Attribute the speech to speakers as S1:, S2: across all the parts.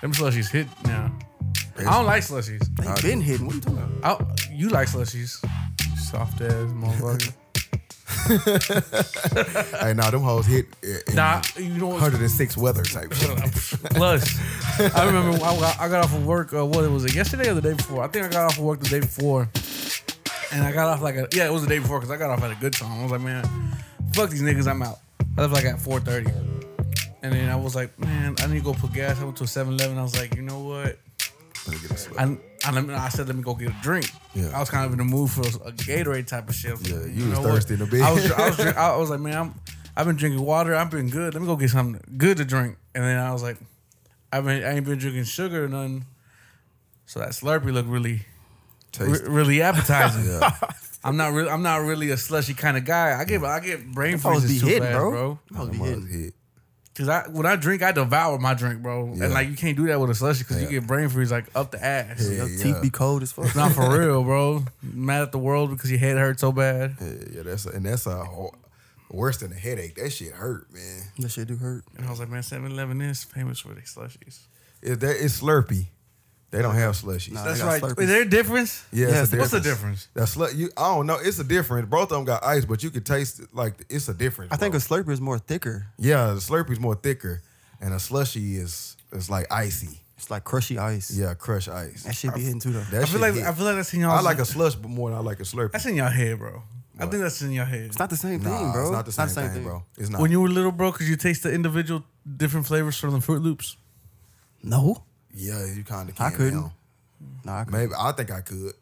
S1: Them slushies hit now. I don't like slushies.
S2: They been hidden. What are you talking about?
S1: I, you like slushies. Soft ass motherfucker.
S3: Hey, nah, them hoes hit in in
S1: nah, you know what?
S3: 106 weather type shit.
S1: Plus, I remember I got, I got off of work. Uh, what it was it yesterday or the day before? I think I got off of work the day before, and I got off like a yeah, it was the day before because I got off at a good time. I was like, man, fuck these niggas, I'm out. I left like at four thirty, and then I was like, man, I need to go put gas. I went to a 7-Eleven. I was like, you know what?
S3: Let me get this
S1: I, I, let me- I said, let me go get a drink.
S3: Yeah.
S1: I was kind of in the mood for a Gatorade type of shit. I was like,
S3: Yeah, you was
S1: know what?
S3: thirsty in a bit.
S1: I was, I was, drink- I was like, man, I'm, I've been drinking water. I've been good. Let me go get something good to drink. And then I was like, I've been, I ain't been drinking sugar or nothing. So that Slurpee looked really, re-
S3: Tasty.
S1: really appetizing.
S3: Yeah.
S1: I'm not really, I'm not really a slushy kind of guy. I get, I get brain
S2: Supposed to
S1: freezes
S2: be
S1: too
S2: hidden,
S1: fast,
S2: bro.
S1: bro.
S2: Supposed to be
S3: Them hoes
S2: hidden.
S3: hit.
S1: Cause I when I drink, I devour my drink, bro.
S3: Yeah.
S1: And like you can't do that with a slushy because
S3: Yeah.
S1: you get brain freeze like up the ass.
S3: Yeah,
S2: Your
S3: yeah.
S2: teeth be cold as fuck.
S1: Not for real, bro. Mad at the world because your head hurt so bad.
S3: Yeah, yeah, that's and that's a whole, worse than a headache. That shit hurt, man.
S2: that shit do hurt.
S1: And I was like, man, 7 Eleven is famous for their slushies.
S3: If that it's Slurpee, they don't have slushies.
S2: Nah,
S1: That's
S2: got
S1: right.
S2: Slurpees.
S1: Is there a difference?
S3: yeah,
S2: Yeah,
S3: it's a
S1: What's the
S3: difference.
S1: difference?
S3: That slut, you I don't know. It's a difference. Both of them got ice, but you could taste it, like it's a difference.
S2: I think a
S3: bro.
S2: Slurpee is more thicker.
S3: yeah, the Slurpee's more thicker, and a slushy is is like icy.
S2: It's like crushy ice.
S3: Yeah, crush ice.
S2: That shit be hitting too though.
S3: That
S1: I feel
S3: shit
S1: like
S3: hit.
S1: I feel like that's in y'all.
S3: I like a slush more than I like a Slurpee.
S1: that's in your head, bro. I think that's in your head.
S2: it's not the same
S3: Nah,
S2: thing, bro.
S3: It's not the same, thing, bro. It's not.
S1: when you were little, bro, could you taste the individual different flavors from the Fruit Loops?
S2: No,
S3: yeah, you kind of.
S2: I couldn't.
S3: Now.
S2: no, I could.
S3: Maybe I think I could.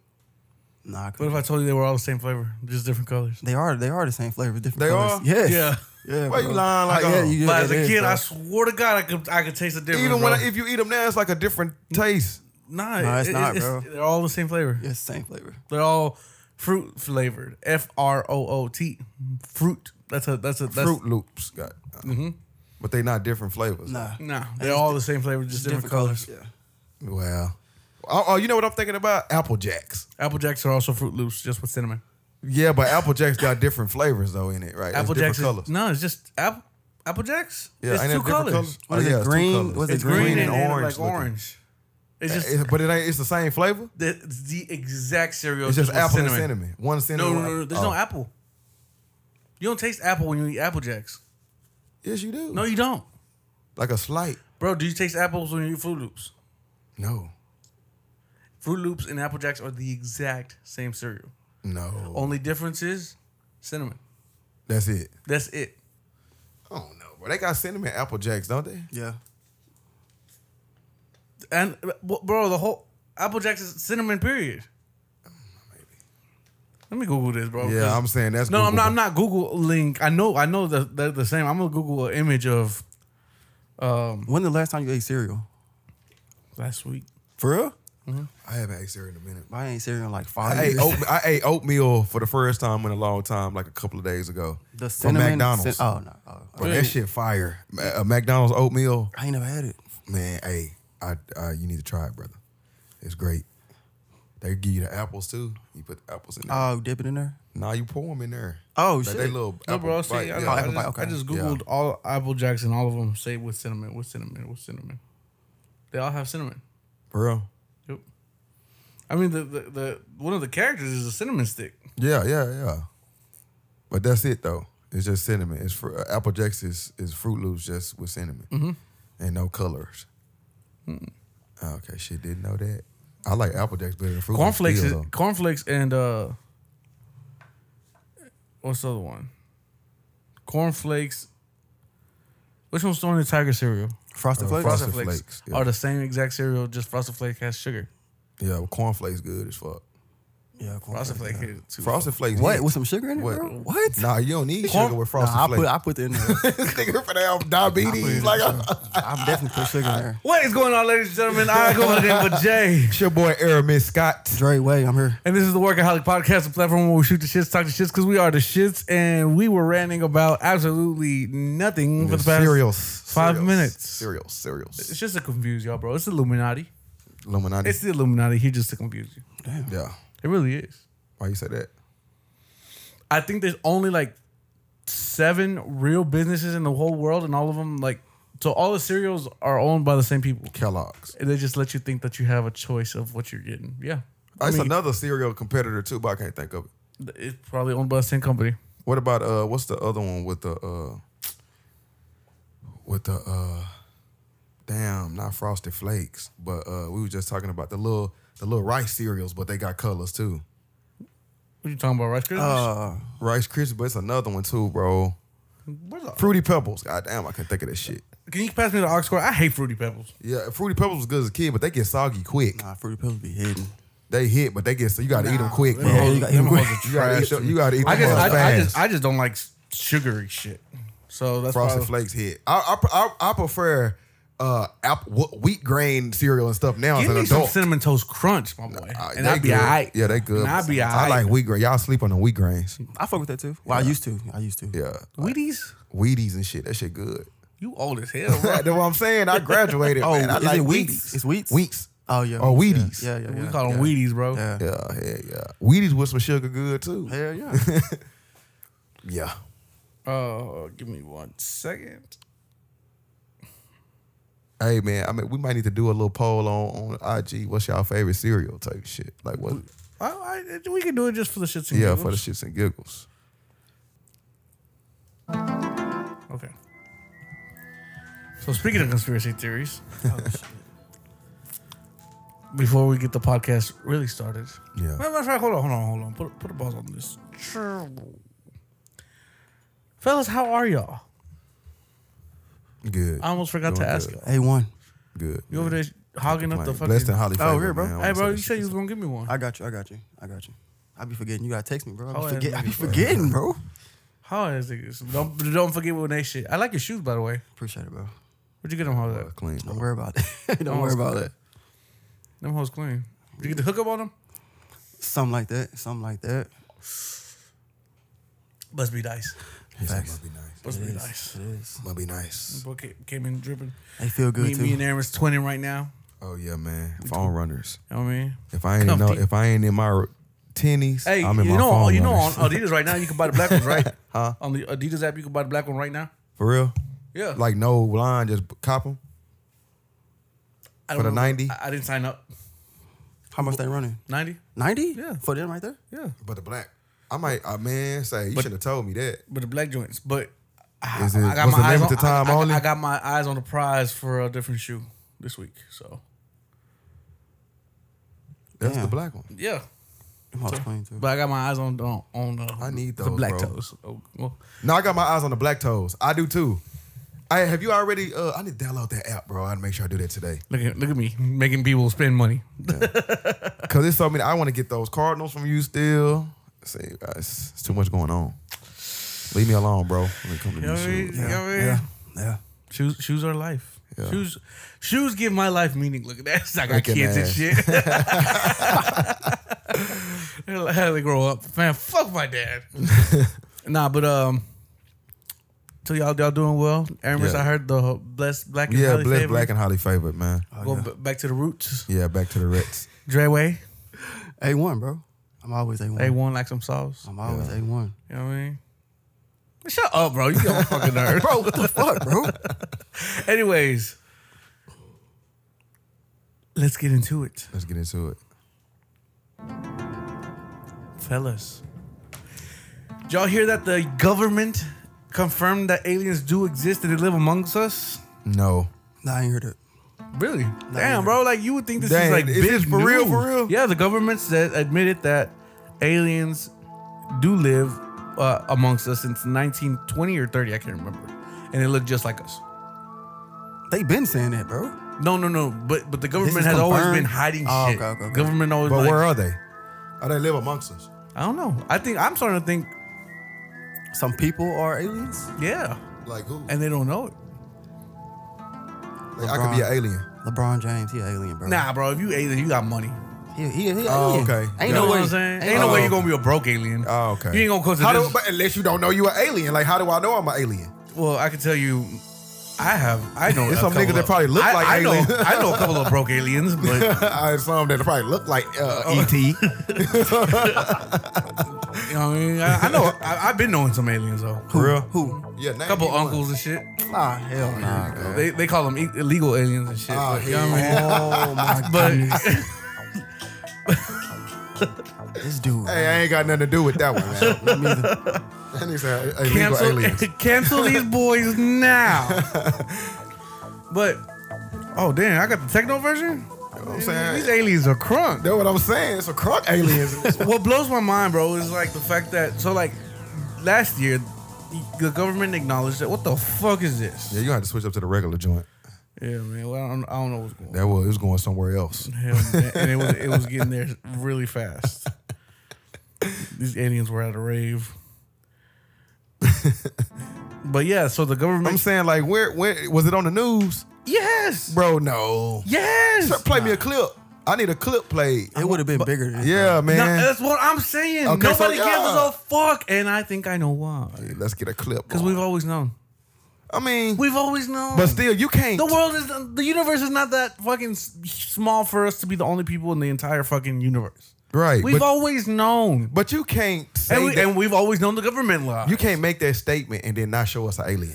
S2: No, I
S1: What if
S2: could.
S1: I told you they were all the same flavor, just different colors?
S2: They are. They are the same flavor. Different.
S3: They
S2: colors.
S3: are?
S2: Yes.
S1: Yeah.
S2: Yeah.
S3: Why you
S2: bro.
S3: lying like oh,
S2: I- yeah,
S3: a-
S2: you- yeah,
S1: But as
S2: it
S1: a
S2: is,
S1: kid,
S2: bro.
S1: I swear to God, I could I could taste the difference.
S3: Even when
S1: bro.
S3: I, if you eat them now, it's like a different taste.
S1: nah,
S2: Nah, it's
S1: it- it-
S2: not, bro.
S1: They're all the same flavor.
S2: Yeah, it's the same flavor.
S1: They're all fruit flavored. F R O O T. Fruit. That's a that's a that's,
S3: Fruit Loops got, uh, but they not different flavors.
S2: Nah.
S1: No, they're all the same flavor, just different, colors.
S2: Yeah.
S3: Well, oh, oh, you know what I'm thinking about? Apple Jacks.
S1: Apple Jacks are also Fruit Loops, just with cinnamon.
S3: Yeah, but Apple Jacks got different flavors though in it, right? It's
S1: Apple
S3: different
S1: Jacks. is-
S3: colors.
S1: no, it's just apple. Apple Jacks.
S3: Yeah,
S1: it's
S3: ain't
S1: two
S3: it different Oh,
S1: colors.
S2: What is
S3: yeah,
S2: it?
S3: it's two
S2: Green?
S3: colors.
S2: What is
S1: It's
S2: it?
S1: green, and, and
S3: orange
S1: orange. Like
S3: looking.
S1: orange. It's just
S3: It's- but it ain't. It's the same flavor.
S1: the, it's the exact cereal.
S3: It's just
S1: with
S3: apple and cinnamon. One
S1: No,
S3: cinnamon.
S1: no,
S3: one-
S1: no, no. There's
S3: oh.
S1: no apple. You don't taste apple when you eat Apple Jacks.
S3: Yes, you do.
S1: No, you don't,
S3: like a slight.
S1: bro. Do you taste apples when you eat Fruit Loops?
S3: No,
S1: Fruit Loops and Apple Jacks are the exact same cereal.
S3: no.
S1: Only difference is cinnamon.
S3: That's it.
S1: That's it.
S3: I don't know, bro. They got cinnamon apple jacks, don't they?
S2: Yeah.
S1: And b- bro, the whole Apple Jacks is cinnamon period. Let me Google this, bro.
S3: Yeah,
S1: 'cause-
S3: I'm saying that's
S1: no, I'm not.
S3: Googleable.
S1: I'm not googling. I know. I know that they're the same. I'm gonna Google an image of
S2: When the last time you ate cereal?
S1: last week.
S2: For real?
S1: Mm-hmm.
S3: I haven't ate cereal in a minute.
S2: I ain't cereal in like five
S3: I ate,
S2: years.
S3: oat, I ate oatmeal for the first time in a long time, like a couple of days ago.
S2: the
S3: from
S2: cinnamon.
S3: McDonald's.
S2: cin- oh no. Oh,
S3: Bro, that shit fire. Ma- A McDonald's oatmeal,
S2: I ain't never had it.
S3: man. Hey, I, uh, you need to try it, brother. It's great. They give you the apples too. You put the apples in there.
S2: Oh, dip it in there.
S3: now you pour them in there.
S2: Oh
S3: Like,
S2: shit.
S3: They little
S1: No,
S3: apple
S1: bro. See,
S3: bite,
S1: I,
S3: yeah.
S1: I
S2: apple
S1: just,
S2: pie, okay.
S1: I just googled all Apple Jacks and all of them say with cinnamon, with cinnamon, with cinnamon. They all have cinnamon.
S3: For real?
S1: Yep. I mean, the, the the one of the characters is a cinnamon stick.
S3: Yeah, yeah, yeah. But that's it though. It's just cinnamon. It's fr- uh, apple jacks is, is Fruit Loops just with cinnamon and no colors. Okay, shit, didn't know that. I like apple jacks better than Fruit
S1: Cornflakes,
S3: Loops.
S1: is,
S3: still, though.
S1: cornflakes, and uh, what's the other one? Cornflakes. Which one's the one in the tiger cereal?
S2: Frosted
S3: Oh,
S2: Flakes.
S3: Frosted
S1: Frosted Flakes,
S3: Flakes, yeah.
S1: are the same exact cereal, just Frosted Flake has sugar.
S3: Yeah, well, cornflakes good as fuck.
S2: Yeah, corn
S1: Frosted
S2: flakes,
S1: Flake
S2: yeah.
S1: is too.
S3: Frosted flakes.
S2: What
S3: hit.
S2: with some sugar in it,
S3: What?
S2: bro? What?
S3: Nah, you don't need
S1: Corn-
S3: sugar with frosted
S2: Nah, I
S3: flakes.
S2: put I put it in there.
S3: this nigga for that diabetes. Like,
S2: I'm definitely put sugar in there.
S1: What is going on, ladies and gentlemen? I go again with Jay.
S3: it's your boy Aramis Scott.
S2: Dre Way, I'm here.
S1: And this is the Workaholic Podcast, a platform where we shoot the shits, talk the shits, because we are the shits, and we were ranting about absolutely nothing for the past
S3: Cereals.
S1: five
S3: Cereals.
S1: minutes.
S3: Cereals. Cereals.
S1: It's just to confuse y'all, bro. It's Illuminati.
S3: Illuminati.
S1: It's the Illuminati here just to confuse you.
S3: yeah.
S1: It really is.
S3: Why you say that?
S1: I think there's only like seven real businesses in the whole world, and all of them like So all the cereals are owned by the same people.
S3: Kellogg's.
S1: They just let you think that you have a choice of what you're getting. Yeah,
S3: That's
S2: mean-
S3: another cereal competitor too, but I can't think of it.
S1: it's probably owned by the same company.
S3: What about uh? What's the other one with the uh? With the uh, damn, not Frosted Flakes, but uh, we were just talking about the little the little rice cereals, but they got colors too.
S1: What you talking about, Rice Krispies?
S2: Uh,
S3: Rice Krispies, but it's another one too, bro.
S1: Where's the-
S3: Fruity Pebbles. God damn, I can't think of that shit.
S1: Can you pass me the ox cord? I hate fruity pebbles.
S3: Yeah, Fruity Pebbles was good as a kid, but they get soggy quick.
S2: nah, fruity pebbles be hidden.
S3: They hit, but they get so you gotta eat them quick, bro.
S2: Yeah, you gotta eat 'em
S3: you,
S2: quick.
S3: gotta eat, you gotta eat them
S1: I just,
S3: fast.
S1: I, I just, I just don't like s- sugary shit. So that's
S3: Frosted
S1: probably,
S3: Flakes hit. I I, I, I prefer uh app, wh- wheat grain cereal and stuff now
S1: Give
S3: as an
S1: me some
S3: adult.
S1: cinnamon toast crunch, my boy,
S3: Uh,
S1: and
S3: they
S1: I'd be
S3: good.
S1: alright.
S3: Yeah, they good.
S1: And I'd be
S3: I
S1: alright.
S3: like wheat grain. Y'all sleep on the wheat grains.
S2: I fuck with that too. Well, I used to. I used to.
S3: Yeah,
S1: Wheaties.
S3: Wheaties and shit. That shit good.
S1: You old as hell, bro.
S3: That's what I'm saying. I graduated.
S2: Oh,
S3: man. I
S2: is
S3: like
S2: it Wheaties? It's Wheats?
S3: Wheats.
S2: Oh yeah.
S3: Or
S2: yeah,
S3: Wheaties.
S2: Yeah, yeah, yeah.
S1: we call them Wheaties, bro.
S2: Yeah.
S3: Yeah, yeah, yeah. Wheaties with some sugar good too.
S2: Hell yeah.
S3: Yeah.
S1: Uh, give me one second.
S3: Hey man, I mean, we might need to do a little poll on on IG. What's y'all favorite cereal type shit? Like what?
S1: I, I, we can do it just for the shits and
S3: Yeah,
S1: giggles.
S3: for the shits and giggles.
S1: Okay. So speaking of conspiracy theories, before we get the podcast really started,
S3: Yeah.
S1: Matter of fact, hold on, hold on, hold on. Put put a pause on this. Fellas, how are y'all?
S3: Good.
S1: I almost forgot
S3: Doing
S1: to ask
S3: good.
S1: y'all.
S2: A one.
S3: Good.
S1: You over there hogging up the fucking.
S3: Blessed and highly
S2: Oh,
S3: favored,
S2: here, bro.
S3: man. I
S1: hey,
S3: wanna
S1: bro,
S3: say
S1: you
S3: that
S1: said
S3: shit.
S1: you was gonna give me one.
S2: I got you. I got you. I got you. I be forgetting. You gotta text me, bro. I
S1: Oh,
S2: be, forget,
S1: yeah,
S2: I be
S1: nigga, bro.
S2: forgetting, bro.
S1: How is it? Don't don't forget when they shit. I like your shoes, by the way.
S2: Appreciate it, bro.
S1: Where'd you get them hoes at?
S3: Uh, clean.
S2: Don't worry about it. Don't
S1: Oh,
S2: worry
S1: it's
S2: about
S1: cool.
S2: it.
S1: Them hoes clean. Did you get the hookup on them?
S2: Something like that. Something like that.
S1: Must be nice.
S3: Yes,
S2: Facts.
S3: Must be nice.
S1: Must
S2: It
S1: be
S2: is,
S1: nice.
S2: It is.
S3: Must be nice.
S1: Boy ca- came in dripping.
S2: They feel good
S1: Me,
S2: too.
S1: me and Aaron's twinning right now.
S3: Oh yeah, man. Phone runners.
S1: You know what I mean?
S3: If I ain't know,
S1: Comfy.
S3: if I ain't in my tennies,
S1: Hey,
S3: I'm in
S1: you
S3: my
S1: know, oh,
S3: phone
S1: you know, uh, on
S3: runners.
S1: Adidas right now you can buy the black ones, right? huh? On the Adidas app, you can buy the black one right now.
S3: for real.
S1: Yeah,
S3: Like no line, just cop them.
S1: I don't
S3: for the
S1: know.
S3: 90?
S1: I, I didn't sign up.
S2: How much they running?
S1: Ninety.
S2: Ninety?
S1: Yeah.
S2: For them right there.
S1: Yeah,
S3: But the black, I might, I man, say you
S1: But-
S3: should have told me that.
S1: but the black joints. But I,
S3: Is it-
S1: I got
S3: was
S1: my
S3: it
S1: eyes on,
S3: limited time
S1: I, I-
S3: only?
S1: I got my eyes on the prize for a different shoe this week. So
S3: That's
S2: Damn.
S3: the black one.
S1: yeah,
S2: Them hoes clean too.
S1: but I got my eyes on on, on uh,
S3: I need
S1: the
S3: those,
S1: black
S3: bro.
S1: toes. Oh, well,
S3: No, I got my eyes on the black toes. I do too. I have you already? Uh, I need to download that app, bro. I need to make sure I do that today
S1: look at look at me making people spend money.
S3: because there's so many. I want to get those Cardinals from you still. See, uh, it's, it's too much going on. Leave me alone, bro. When it comes to
S1: You know
S3: these
S1: what I mean?
S3: shoes.
S1: You know what I mean?
S2: Yeah. Yeah.
S1: Shoes, shoes are life.
S3: Yeah.
S1: Shoes, shoes give my life meaning. Look at that. I got
S3: Look at
S1: kids and
S3: that.
S1: shit. They're like, How they grow up, man? Fuck my dad. nah, but um, so y'all y'all doing well? Aramis,
S3: Yeah.
S1: I heard the whole blessed black and
S3: Yeah,
S1: highly
S3: blessed
S1: favored.
S3: black and highly favored, man.
S1: Go b- back to the roots.
S3: Yeah, back to the Reds.
S1: Dreway,
S2: A one, bro. I'm always A one.
S3: Mm-hmm.
S1: they won like some sauce.
S3: Um,
S2: I'm always A one.
S1: You know what I mean? Shut up, bro. You got a fucking nerd, bro. Oh, What the
S2: Fuck, bro.
S1: Anyways, let's get into it.
S3: Let's get into it.
S1: Fellas, did y'all hear that the government confirmed that aliens do exist and they live amongst us?
S3: No,
S2: nah, I ain't heard it.
S1: Really? Damn, bro. Like you would think this
S3: Dang,
S1: is like
S3: is
S1: big
S3: this for
S1: news.
S3: real, for real?
S1: Yeah, the government said admitted that aliens do live uh, amongst us since 1920 or 30. I can't remember, and they look just like us.
S2: They been saying that, bro.
S1: No, no, no. But but the government
S2: is
S1: has always
S2: confirmed?
S1: been hiding
S2: Oh,
S1: shit.
S2: okay, okay, okay.
S1: Government always.
S3: but
S1: like,
S3: where are they? Oh, they live amongst us.
S1: I don't know. I think I'm starting to think.
S2: Some people are aliens.
S1: Yeah,
S3: Like who?
S1: and they don't know it.
S3: Like, I could be an
S2: LeBron.
S3: alien.
S2: LeBron James, he alien, bro.
S1: Nah, bro. If you alien, you got money.
S2: He, he, he
S3: Oh,
S2: alien.
S3: okay.
S2: Ain't
S3: You
S1: You
S2: no
S1: know
S2: way.
S1: what I'm saying? Ain't
S2: Ain't
S1: no
S2: no
S1: way you're gonna be a broke alien.
S3: Oh, okay.
S1: You ain't gonna come to
S3: How do-
S1: this.
S3: but unless you don't know you an alien. Like, how do I know I'm an alien?
S1: well, I can tell you, I have. I know
S3: There's
S1: a
S3: some
S1: couple
S3: niggas that
S1: of-
S3: probably look
S1: I,
S3: like
S1: I
S3: aliens.
S1: know. I know a couple of broke aliens, but
S2: E
S3: I assume that it probably look like uh,
S1: ET. You know what I mean? I, I know. I, I've been knowing some aliens though.
S2: Who?
S3: Real?
S2: Who?
S3: Yeah, name
S1: A couple
S3: me one.
S1: uncles and shit.
S2: Nah, hell no.
S3: Nah, girl.
S1: They they call them i- illegal aliens and shit.
S3: Oh,
S1: but, you know what I mean?
S2: Oh my goodness.
S1: But
S2: This dude.
S3: Hey, I ain't got nothing to do with that one, man.
S2: I mean, the-
S3: That nigga said illegal aliens.
S1: cancel cancel these boys now. but oh damn, I got the techno version.
S3: You know what I'm
S1: These
S3: saying?
S1: aliens are crunk.
S3: That's what I'm saying. It's a croc aliens.
S1: what blows my mind, bro, is like the fact that so like last year the government acknowledged that. What the fuck is
S3: yeah,
S1: this?
S3: you had to switch up to the regular joint.
S1: Yeah, man. Well, I don't, I don't know what's going on.
S3: That was it was going somewhere else.
S1: Hell, man. and it was it was getting there really fast. These aliens were at a rave. but yeah, so the
S3: I'm
S1: government.
S3: saying like, where where was it on the news,
S1: yes,
S3: bro? No.
S1: yes.
S3: Sir, Play me a clip. I need a clip played.
S2: it would have been bigger. Than
S3: Yeah,
S1: No,
S3: man.
S1: that's what I'm saying.
S3: Okay, so
S1: Nobody
S3: yeah.
S1: gives a fuck, and I think I know why.
S3: Let's get a clip.
S1: Because
S3: on.
S1: we've always known.
S3: I mean,
S1: We've always known.
S3: but still, you can't.
S1: The world is the universe is not that fucking s- small for us to be the only people in the entire fucking universe.
S3: right.
S1: We've
S3: But,
S1: always known,
S3: but you can't say
S1: and, we,
S3: that.
S1: and we've always known the government lie.
S3: you can't make that statement and then not show us an alien.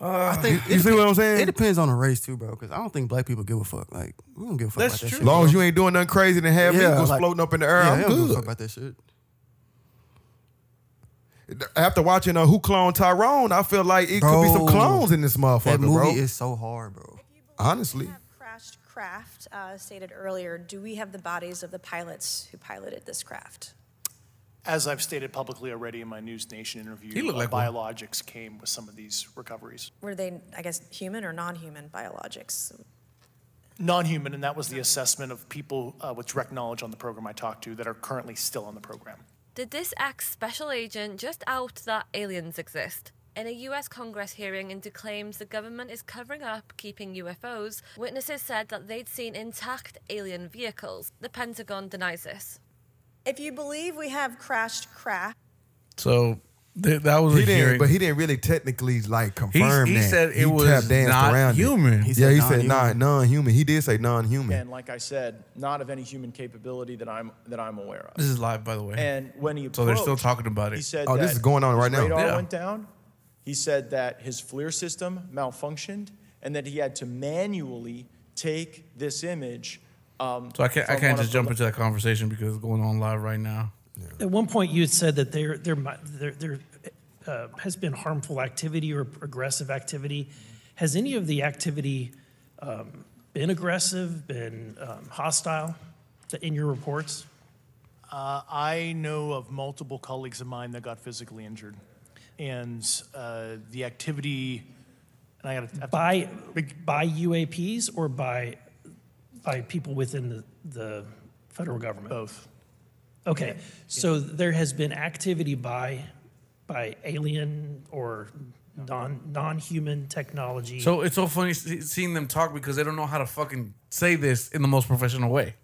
S2: I think
S3: You see what I'm
S2: it
S3: saying?
S2: depends on the race too, bro. Because I don't think black people give a fuck. Like we don't give a fuck
S1: That's
S2: about that
S1: true.
S2: shit.
S3: As long as you ain't doing nothing crazy and have
S2: Yeah,
S3: eagles
S2: like-
S3: floating up in the air,
S2: yeah,
S3: I'm
S2: they don't give a fuck
S3: good.
S2: about that shit.
S3: After watching uh, Who Cloned Tyrone, I feel like it could be some
S2: Bro.
S3: clones in this motherfucker,
S2: That movie
S3: bro.
S2: is so hard, bro.
S3: Honestly,
S4: Crashed craft uh, stated earlier. Do we have the bodies of the pilots who piloted this craft?
S5: As I've stated publicly already in my News Nation
S1: He
S5: interview,
S1: looked
S5: uh,
S1: like one.
S5: biologics came with some of these recoveries.
S4: Were they, I guess, human or non-human biologics?
S5: Non-human, and that was the assessment of people uh, with direct knowledge on the program I talked to that are currently still on the program.
S6: Did this ex special agent just out that aliens exist? In a US Congress hearing into claims the government is covering up keeping UFOs, witnesses said that they'd seen intact alien vehicles. The Pentagon denies this.
S4: If you believe we have crashed craft,
S1: so th- that was
S3: he
S1: a
S3: didn't.
S1: hearing.
S3: But he didn't really technically like confirm
S1: he
S3: that.
S1: said it was
S3: tap danced
S1: not
S3: around it.
S1: human. He
S3: yeah,
S2: said
S3: he said not
S2: non-human.
S3: non-human. He did say non-human.
S7: and like I said, not of any human capability that I'm that I'm aware
S1: this
S7: of.
S1: is live, by the way.
S7: And when he
S1: So they're still
S7: approached,
S1: talking about it.
S7: He said,
S3: Oh, this
S7: that
S3: is going on
S7: his
S3: right now.
S7: Radar
S1: Yeah.
S7: went down. He said that his FLIR system malfunctioned and that he had to manually take this image. Um,
S1: so I can't I
S7: from one
S1: can't just
S7: of the
S1: jump into that conversation because it's going on live right now.
S8: At one point, you had said that there, there, mi- there, there uh, has been harmful activity or aggressive activity. Has any of the activity um, been aggressive, been um, hostile th- in your reports?
S5: Uh, I know of multiple colleagues of mine that got physically injured, and uh, the activity. And I gotta I have to-
S8: By, by UAPs or by, by people within the, the federal government?
S5: both.
S8: Okay, so there has been activity by, by alien or non, non-human technology?
S1: So it's so funny se- seeing them talk because they don't know how to fucking say this in the most professional way.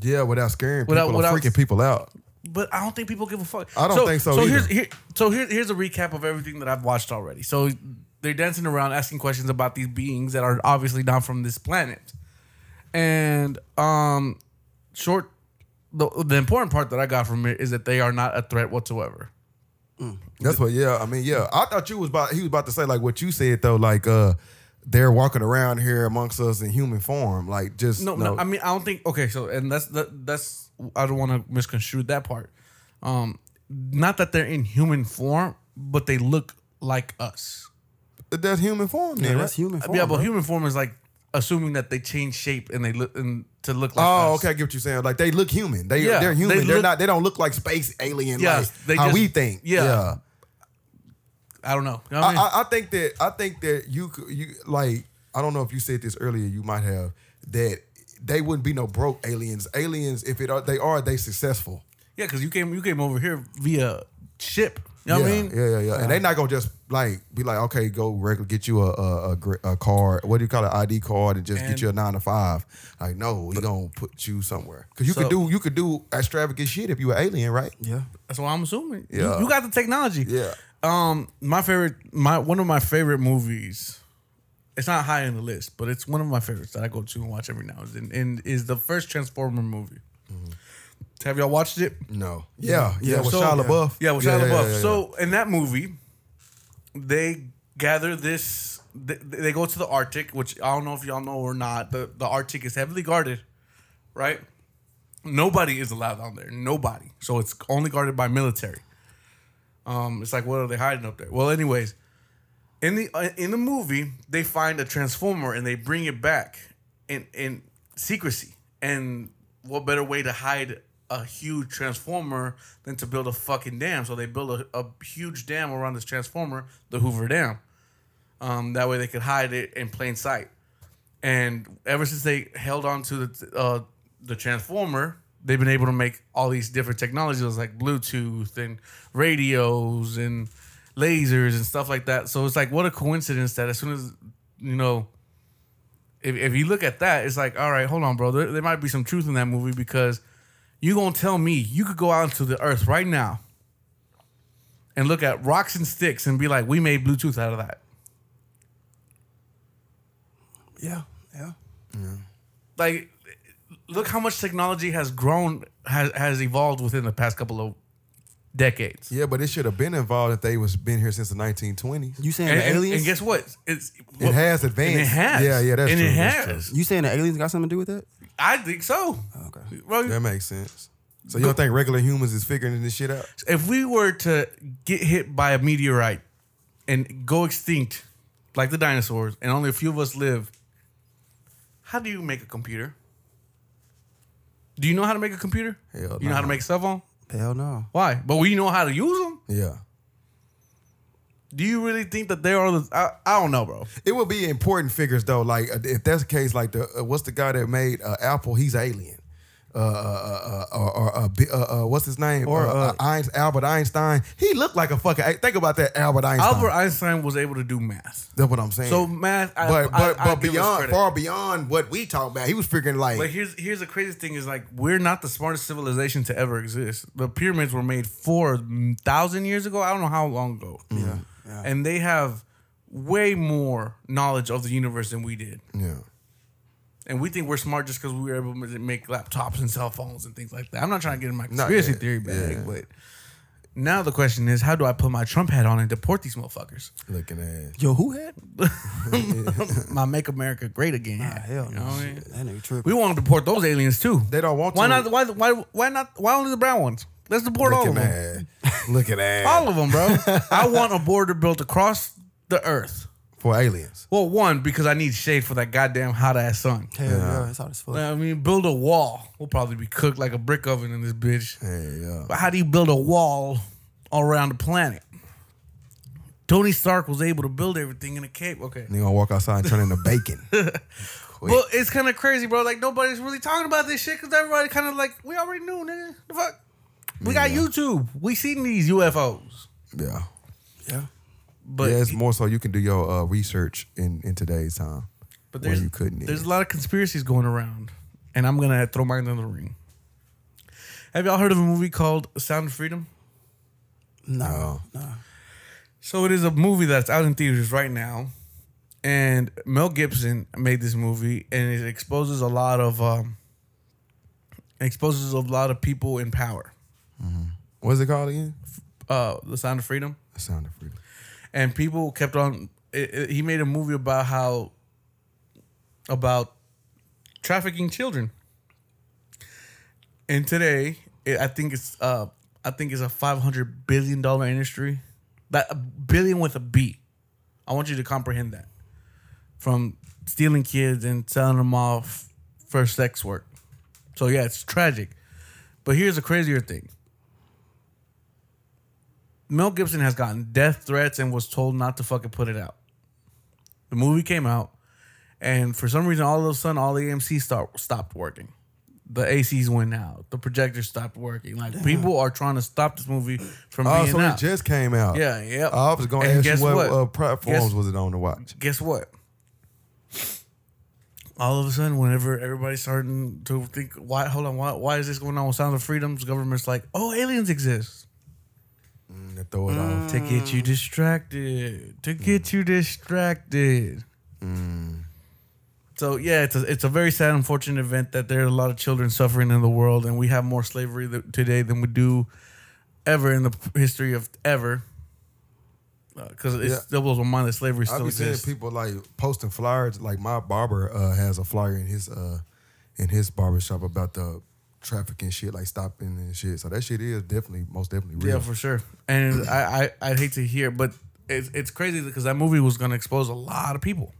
S3: yeah, without scaring
S1: Without-
S3: people
S1: without-
S3: or freaking people out.
S1: But I don't think people give a fuck.
S3: I don't think so
S1: So here's
S3: either.
S1: here, so here, here's a recap of everything that I've watched already. So they're dancing around asking questions about these beings that are obviously not from this planet. And um short the the important part that I got from it is that they are not a threat whatsoever.
S3: That's what. Yeah, I mean, yeah. I thought you was about. He was about to say like what you said though. Like uh, they're walking around here amongst us in human form. Like just
S1: No, no, I mean I don't think okay, so and that's that, that's I don't want to misconstrue that part. Um not that they're in human form, but they look like us.
S3: that's human form. Then,
S2: Yeah,
S3: right?
S2: that's human. Form,
S1: yeah, but
S2: bro.
S1: human form is like assuming that they change shape and they look and to look like
S3: Oh,
S1: us.
S3: okay. I get what you're saying. Like they look human. They
S1: Yeah,
S3: they're human.
S1: they
S3: They are
S1: look-
S3: not. They don't look like space alien.
S1: Yes,
S3: like
S1: they
S3: how
S1: just-
S3: we think.
S1: yeah.
S3: Yeah.
S1: I don't know. You know what I
S3: I,
S1: mean?
S3: I, I think that I think that you could- you like I don't know if you said this earlier. You might have that they wouldn't be no broke aliens. Aliens, if it are, they are, they successful.
S1: yeah, because you came you came over here via ship. You know
S3: yeah,
S1: what I mean? uh,
S3: yeah, yeah, yeah. And they not gonna just like be like, okay, go regular, get you a a, a gr- a card. What do you call it? ID card, and just
S1: And-
S3: get you a nine to five. Like, no, we gonna put you somewhere because you
S1: So-
S3: could do you could do extravagant shit if you were alien, right?
S2: yeah.
S1: That's what I'm assuming. You-
S3: Yeah.
S1: You, got the technology.
S3: Yeah.
S1: Um, my favorite, my one of my favorite movies. It's not high on the list, but
S3: Mm-hmm.
S1: it's one of my favorites that I go to and watch every now and then. And is the first Transformer movie. Have y'all watched it?
S3: No. Yeah. Yeah. with
S1: So-
S3: Shia LaBeouf.
S1: Yeah, with Shia
S3: yeah,
S1: LaBeouf.
S3: yeah, yeah.
S1: So in that movie, they gather this. They, they go to the Arctic, which I don't know if y'all know or not. The the Arctic is heavily guarded, right? Nobody is allowed down there. Nobody. So it's only guarded by military. Um, it's like what are they hiding up there? Well, anyways, in the uh, in the movie, they find a transformer and they bring it back in in secrecy. And what better way to hide a huge transformer than to build a fucking dam? So they build a, a huge dam around this transformer, the Hoover Dam. Um, that way they could hide it in plain sight. And ever since they held on to the uh, the transformer, they've been able to make all these different technologies like Bluetooth and radios and lasers and stuff like that. So it's like what a coincidence that as soon as you know, if, if you look at that, it's like all right, hold on, bro. There, there might be some truth in that movie because you gonna tell me you could go out into the earth right now and look at rocks and sticks and be like, we made Bluetooth out of that.
S2: Yeah, yeah.
S1: like look how much technology has grown has has evolved within the past couple of decades
S3: Yeah, but it should have been involved if they was been here since the 1920s.
S2: You saying
S1: and,
S2: the
S1: and-
S2: aliens?
S1: and guess what it's
S3: It has advanced.
S1: and it has
S3: Yeah, yeah, that's
S1: and
S3: true.
S1: it
S3: that's
S1: has
S3: true.
S2: you saying the aliens got something to do with that?
S1: i think so
S2: Okay.
S1: Bro,
S3: That makes sense. So you don't think regular humans is figuring this shit out?
S1: if we were to get hit by a meteorite and go extinct like the dinosaurs and only a few of us live how do you make a computer do you know how to make a computer
S3: Hell
S1: you know how to
S3: no.
S1: make a cell phone
S2: Hell no.
S1: why but we know how to use them
S3: Yeah.
S1: Do you really think that they are the? I, I don't know, bro.
S3: It would be important figures though. Like uh, if that's the case, like the uh, what's the guy that made uh, Apple? He's alien. Uh, uh, uh, uh, or or, uh, B- uh, uh, what's his name?
S2: Or,
S3: Or uh,
S2: uh,
S3: Einst- Albert Einstein. He looked like a fucking. hey, Think about that, Albert Einstein.
S1: Albert Einstein was able to do math.
S3: that's what I'm saying.
S1: So math, I,
S3: but but,
S1: I- I
S3: but
S1: give us
S3: beyond
S1: credit.
S3: far beyond what we talk about, he was figuring like,
S1: But here's here's the crazy thing: is like we're not the smartest civilization to ever exist. The pyramids were made four thousand years ago. I don't know how long ago. Yeah, and they have way more knowledge of the universe than we did,
S3: yeah,
S1: and we think we're smart just because we were able to make laptops and cell phones and things like that. I'm not trying to get in my conspiracy
S3: yet.
S1: theory bag, but now the question is, how do I put my Trump hat on and deport these motherfuckers?
S3: looking at
S2: Yo, who had?
S1: my "Make America Great Again" hat.
S2: Hell
S1: You know
S2: no.
S1: what I mean?
S2: Shit, That nigga tripping.
S1: We want to deport those aliens too.
S3: They don't want
S1: why
S3: to.
S1: Not, why, why, why not? Why only the brown ones? Let's deport all
S3: look
S1: of
S3: at
S1: them.
S3: that, look at that
S1: All of them, bro. I want a border built across the earth.
S3: for aliens.
S1: Well, one, because I need shade for that goddamn hot ass sun.
S2: Hell yeah, that's all this fuck.
S1: I mean, build a wall. We'll probably be cooked like a brick oven in this bitch.
S3: Hey, yeah,
S1: But how do you build a wall all around the planet? Tony Stark was able to build everything in a cave. Okay.
S3: they gonna walk outside and turn into bacon.
S1: Well, it's kind of crazy, bro. Like nobody's really talking about this shit because everybody kind of like we already knew, nigga. The fuck, we got YouTube. We seen these UFOs,
S3: yeah.
S2: Yeah.
S1: but
S3: yeah, it's more so you can do your uh, research in, in today's time.
S1: but
S3: where
S1: there's
S3: you couldn't.
S1: there's a lot of conspiracies going around, and I'm gonna throw mine in the ring. Have y'all heard of a movie called Sound of Freedom?
S2: No. No.
S1: So it is a movie that's out in theaters right now, and Mel Gibson made this movie, and it exposes a lot of um, exposes a lot of people in power.
S3: What's it called again?
S1: Uh, the Sound of Freedom.
S3: The Sound of Freedom.
S1: and people kept on. It, it- he made a movie about how about trafficking children, and today it, I think it's uh I think it's a five hundred billion dollar industry, that a billion with a B. I want you to comprehend that from stealing kids and selling them off for sex work. So yeah, it's tragic. But here's the crazier thing. Mel Gibson has gotten death threats and was told not to fucking put it out. The movie came out, and for some reason, all of a sudden, all the AMC start, stopped working. The ACs went out. The projector stopped working. Like people are trying to stop this movie from
S3: Oh,
S1: being
S3: so
S1: out.
S3: it just came out.
S1: Yeah, yep.
S3: I was gonna
S1: And
S3: ask
S1: guess
S3: you what,
S1: what?
S3: Uh, platforms
S1: Guess-
S3: was it on to watch?
S1: guess what? All of a sudden, whenever everybody's starting to think, why? Hold on, why? Why is this going on with Sounds of Freedoms? Government's like, oh, aliens exist
S3: To throw it off.
S1: Mm, to get you distracted. To get you distracted. So yeah, it's a, it's a very sad, unfortunate event that there are a lot of children suffering in the world, and we have more slavery th- today than we do ever in the p- history of ever. Because it
S3: Yeah.
S1: still blows my mind that slavery
S3: I
S1: still
S3: be seeing
S1: exists.
S3: people like posting flyers. Like my barber uh, has a flyer in his uh, in his barber shop about the traffic and shit, like stopping and shit. So that shit is definitely, most definitely real.
S1: Yeah, for sure. And I, I I'd hate to hear, but it's it's crazy because that movie was going to expose a lot of people,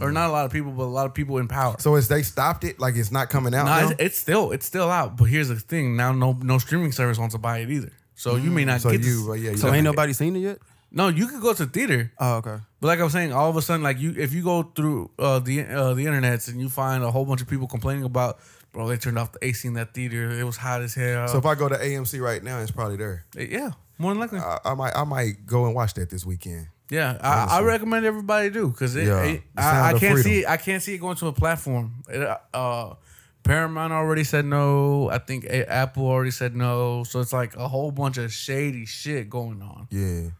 S1: or not a lot of people, but a lot of people in power.
S3: so is they stopped it? Like it's not coming out
S1: No,
S3: now?
S1: it's, it's still it's still out. But here's the thing: now no no streaming service wants to buy it either. So you may not
S3: so
S1: get
S3: you,
S1: this-
S3: uh, yeah, you
S2: So ain't nobody seen it yet?
S1: No, you could go to the theater,
S3: Uh,
S2: Oh, okay.
S1: but like I was saying, all of a sudden, like you, if you go through uh, the uh, the internets and you find a whole bunch of people complaining about, bro, they turned off the AC in that theater. It was hot as hell.
S3: So if I go to AMC right now, it's probably there.
S1: yeah, more than likely.
S3: I, I might, I might go and watch that this weekend.
S1: Yeah, I, I recommend everybody do because it,
S3: Yeah,
S1: it-
S3: the
S1: I,
S3: sound
S1: I
S3: of
S1: can't
S3: freedom.
S1: see it, I can't see it going to a platform. It, uh, Paramount already said no. I think A- Apple already said no. So it's like a whole bunch of shady shit going on.
S3: Yeah,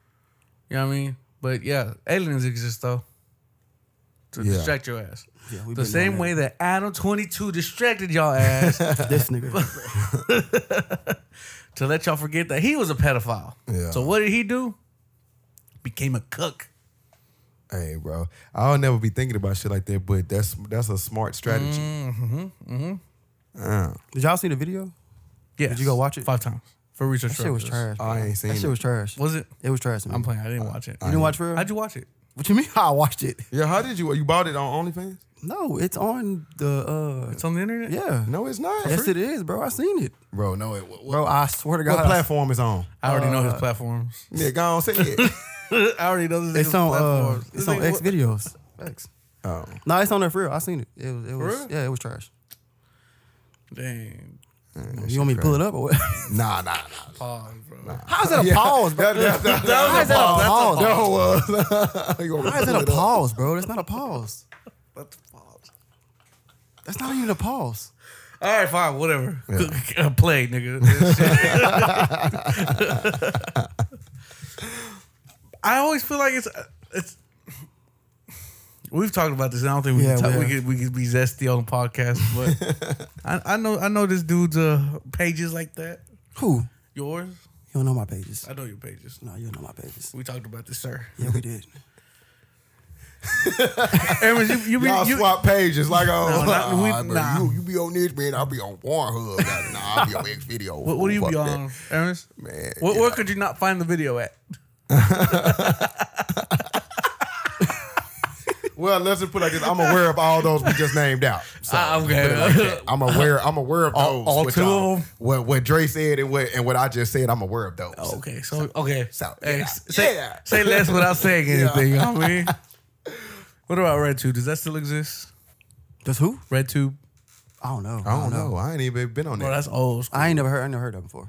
S1: You know what I mean? But yeah, aliens exist though to
S3: Yeah.
S1: distract your ass.
S2: Yeah, we've
S1: the
S2: been
S1: same
S2: doing
S1: way that Adam Twenty Two distracted y'all ass
S2: This nigga.
S1: to let y'all forget that he was a pedophile.
S3: Yeah.
S1: So what did he do? Became a cook.
S3: hey, bro, I'll never be thinking about shit like that. But that's that's a smart strategy.
S2: Did y'all see the video?
S1: Yeah.
S2: Did you go watch it?
S1: five times for research?
S2: That shit was
S1: purposes.
S2: trash. bro.
S3: I ain't seen
S2: That
S3: it.
S2: shit was trash.
S1: Was it?
S2: It was trash. to me.
S1: I'm playing. I didn't watch it.
S2: You didn't watch for real?
S1: How'd you watch it?
S2: What you mean? I watched it.
S3: Yeah, how did you? You bought it on OnlyFans?
S2: No, it's on the. uh
S1: It's on the internet.
S2: Yeah.
S3: No, it's not,
S2: Yes, it is, bro. I seen it,
S3: bro. No, it. What,
S2: bro. I swear to God.
S3: what platform is on?
S1: I already know his
S2: Uh,
S1: platforms.
S3: Yeah, go on, say it.
S1: I already know this.
S2: It's
S1: nigga's
S2: on. Uh,
S1: platforms.
S2: it's
S1: This
S2: on
S1: nigga-
S2: X videos. X.
S3: oh,
S2: No, it's on there for real. I seen it. It was. It was
S1: real?
S2: yeah, it was trash.
S1: Dang.
S2: You want me to pull it up or what?
S3: nah, nah, nah.
S1: Pause, bro.
S2: How is that a pause, bro? How is that a pause? bro?
S3: No, uh, you gonna
S2: How is that
S3: pull
S2: a
S3: it up.
S2: pause, bro? That's not a pause. That's not even a pause.
S1: All right, fine, whatever. uh, Play, nigga. I always feel like it's uh, it's. We've talked about this. And I don't think we
S2: Yeah,
S1: can talk,
S2: we
S1: we
S2: have.
S1: could we could be zesty on the podcast, but I, I know I know this dude's uh, pages like that.
S2: Who? You
S1: Yours,
S2: don't know my pages.
S1: I know your pages.
S2: No, you don't know my pages.
S1: We talked about this, sir.
S2: Yeah, we did.
S1: Aaron, you you, be,
S3: Y'all
S1: you
S3: swap pages like oh,
S1: No, not- we-
S3: nah, bro,
S1: nah.
S3: you, you be on this man, I'll be on Pornhub. Like, nah, I'll be on X video.
S1: What, what do you
S3: Fuck
S1: be
S3: that.
S1: on, Ernest?
S3: Man,
S1: What,
S3: yeah.
S1: Where could you not find the video at?
S3: Well, let's just put it like this: I'm aware of all those we just named out. So,
S1: Ah, okay.
S3: put it like that. I'm aware. I'm aware of those.
S1: All- all
S3: what
S1: two of
S3: y'all-
S1: them?
S3: What what Dre said and what and what I just said, I'm aware of those.
S1: Oh, Okay, so okay,
S3: so,
S1: Hey,
S3: yeah,
S1: s- say,
S3: yeah.
S1: say less without saying anything. You know what I mean, what about RedTube? Does that still exist?
S2: That's who?
S1: RedTube?
S2: I don't know.
S3: I don't know. I ain't even been on
S1: Bro,
S3: that.
S1: that's old. School.
S2: I ain't never heard. I never heard that before.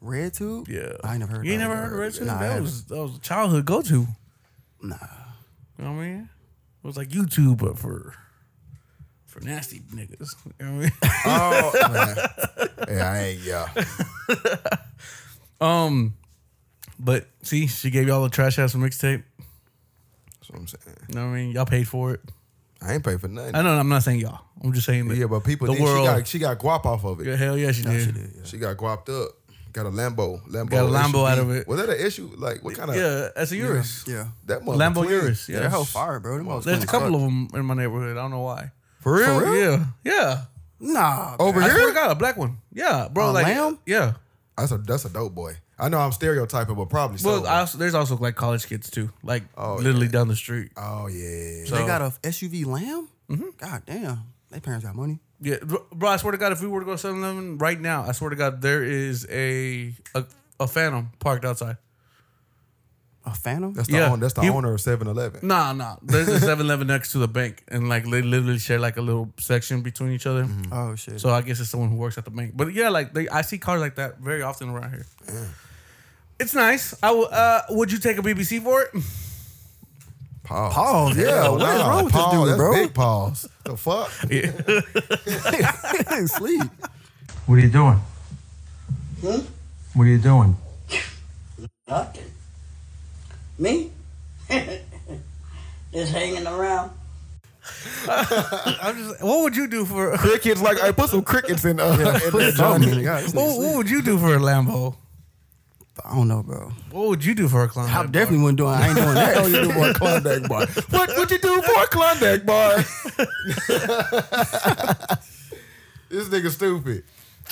S2: Red Tube? I ain't never heard.
S1: You ain't
S2: that.
S1: never heard of RedTube?
S2: Nah, I
S1: that
S2: haven't.
S1: was that was a childhood go to. Nah, you know what I mean, it was like YouTube, but for for nasty niggas. You know what I mean.
S3: Oh, man. yeah, I ain't. Yeah,
S1: But see, she gave y'all a trash ass mixtape.
S3: that's what I'm saying.
S1: You know what I mean? Y'all paid for it.
S3: I ain't paid for nothing.
S1: I know. I'm not saying y'all. I'm just saying that.
S3: Yeah, but people
S1: the
S3: think
S1: world.
S3: she got she got guap off of it.
S1: Yeah, hell yeah, she did.
S3: She got guapped up. Got a Lambo. Lambo
S1: Got a Lambo
S3: SUV.
S1: out of it.
S3: Was that an issue? Like what kind of?
S1: Yeah, that's a Urus.
S2: Yeah.
S3: That mother
S1: Lambo
S3: clean.
S1: Urus. Yeah,
S2: They're hell fire, bro. Them motherfuckers
S1: There's a couple
S2: fuck.
S1: of them in my neighborhood. I don't know why.
S3: For real?
S1: Yeah, yeah.
S2: Nah.
S3: Over
S1: I swear to
S3: here?
S1: God, a black one. Yeah, bro.
S2: A
S1: like,
S2: lamb?
S1: Yeah.
S3: That's a that's a dope boy. I know I'm stereotyping, but probably
S1: Well,
S3: so.
S1: I also, there's also like college kids too, like
S3: Oh,
S1: literally down the street.
S3: oh yeah.
S1: So-
S2: They got a SUV Lamb. Mm-hmm. God damn. They parents got money.
S1: Yeah, bro. bro, I swear to God, if we were to go 7-Eleven right now, I swear to God, there is a a, a Phantom parked outside.
S2: A Phantom.
S3: that's the
S1: yeah.
S3: own, that's the
S1: He-
S3: owner of
S2: Mm.
S3: 7-Eleven.
S1: Nah, nah. There's a 7-Eleven next to the bank, and like they literally share like a little section between each other.
S3: Mm-hmm.
S2: oh shit.
S1: So I guess it's someone who works at the bank. But yeah, like they, I see cars like that very often around here. It's nice. I w- uh, would you take a BBC for it?
S3: Pause.
S2: Pause. Yeah. What is
S3: wow,
S2: wrong with
S3: pause.
S2: this
S3: That's
S2: dude, bro?
S3: Big pause. The fuck?
S2: Sleep.
S9: What are you doing? What are you doing?
S10: Nothing. Me? Just hanging around.
S1: I'm just. What would you do for? What,
S3: Crickets, like, I put some crickets in. Uh, in that Johnny.
S1: what would you do for a Lambo?
S2: I don't know, bro.
S1: What would you do for a Klondike?
S2: I
S1: bar?
S2: definitely wouldn't do it. I ain't doing that.
S3: Hell, you do for a Klondike bar. What would you do for a Klondike bar? this nigga stupid.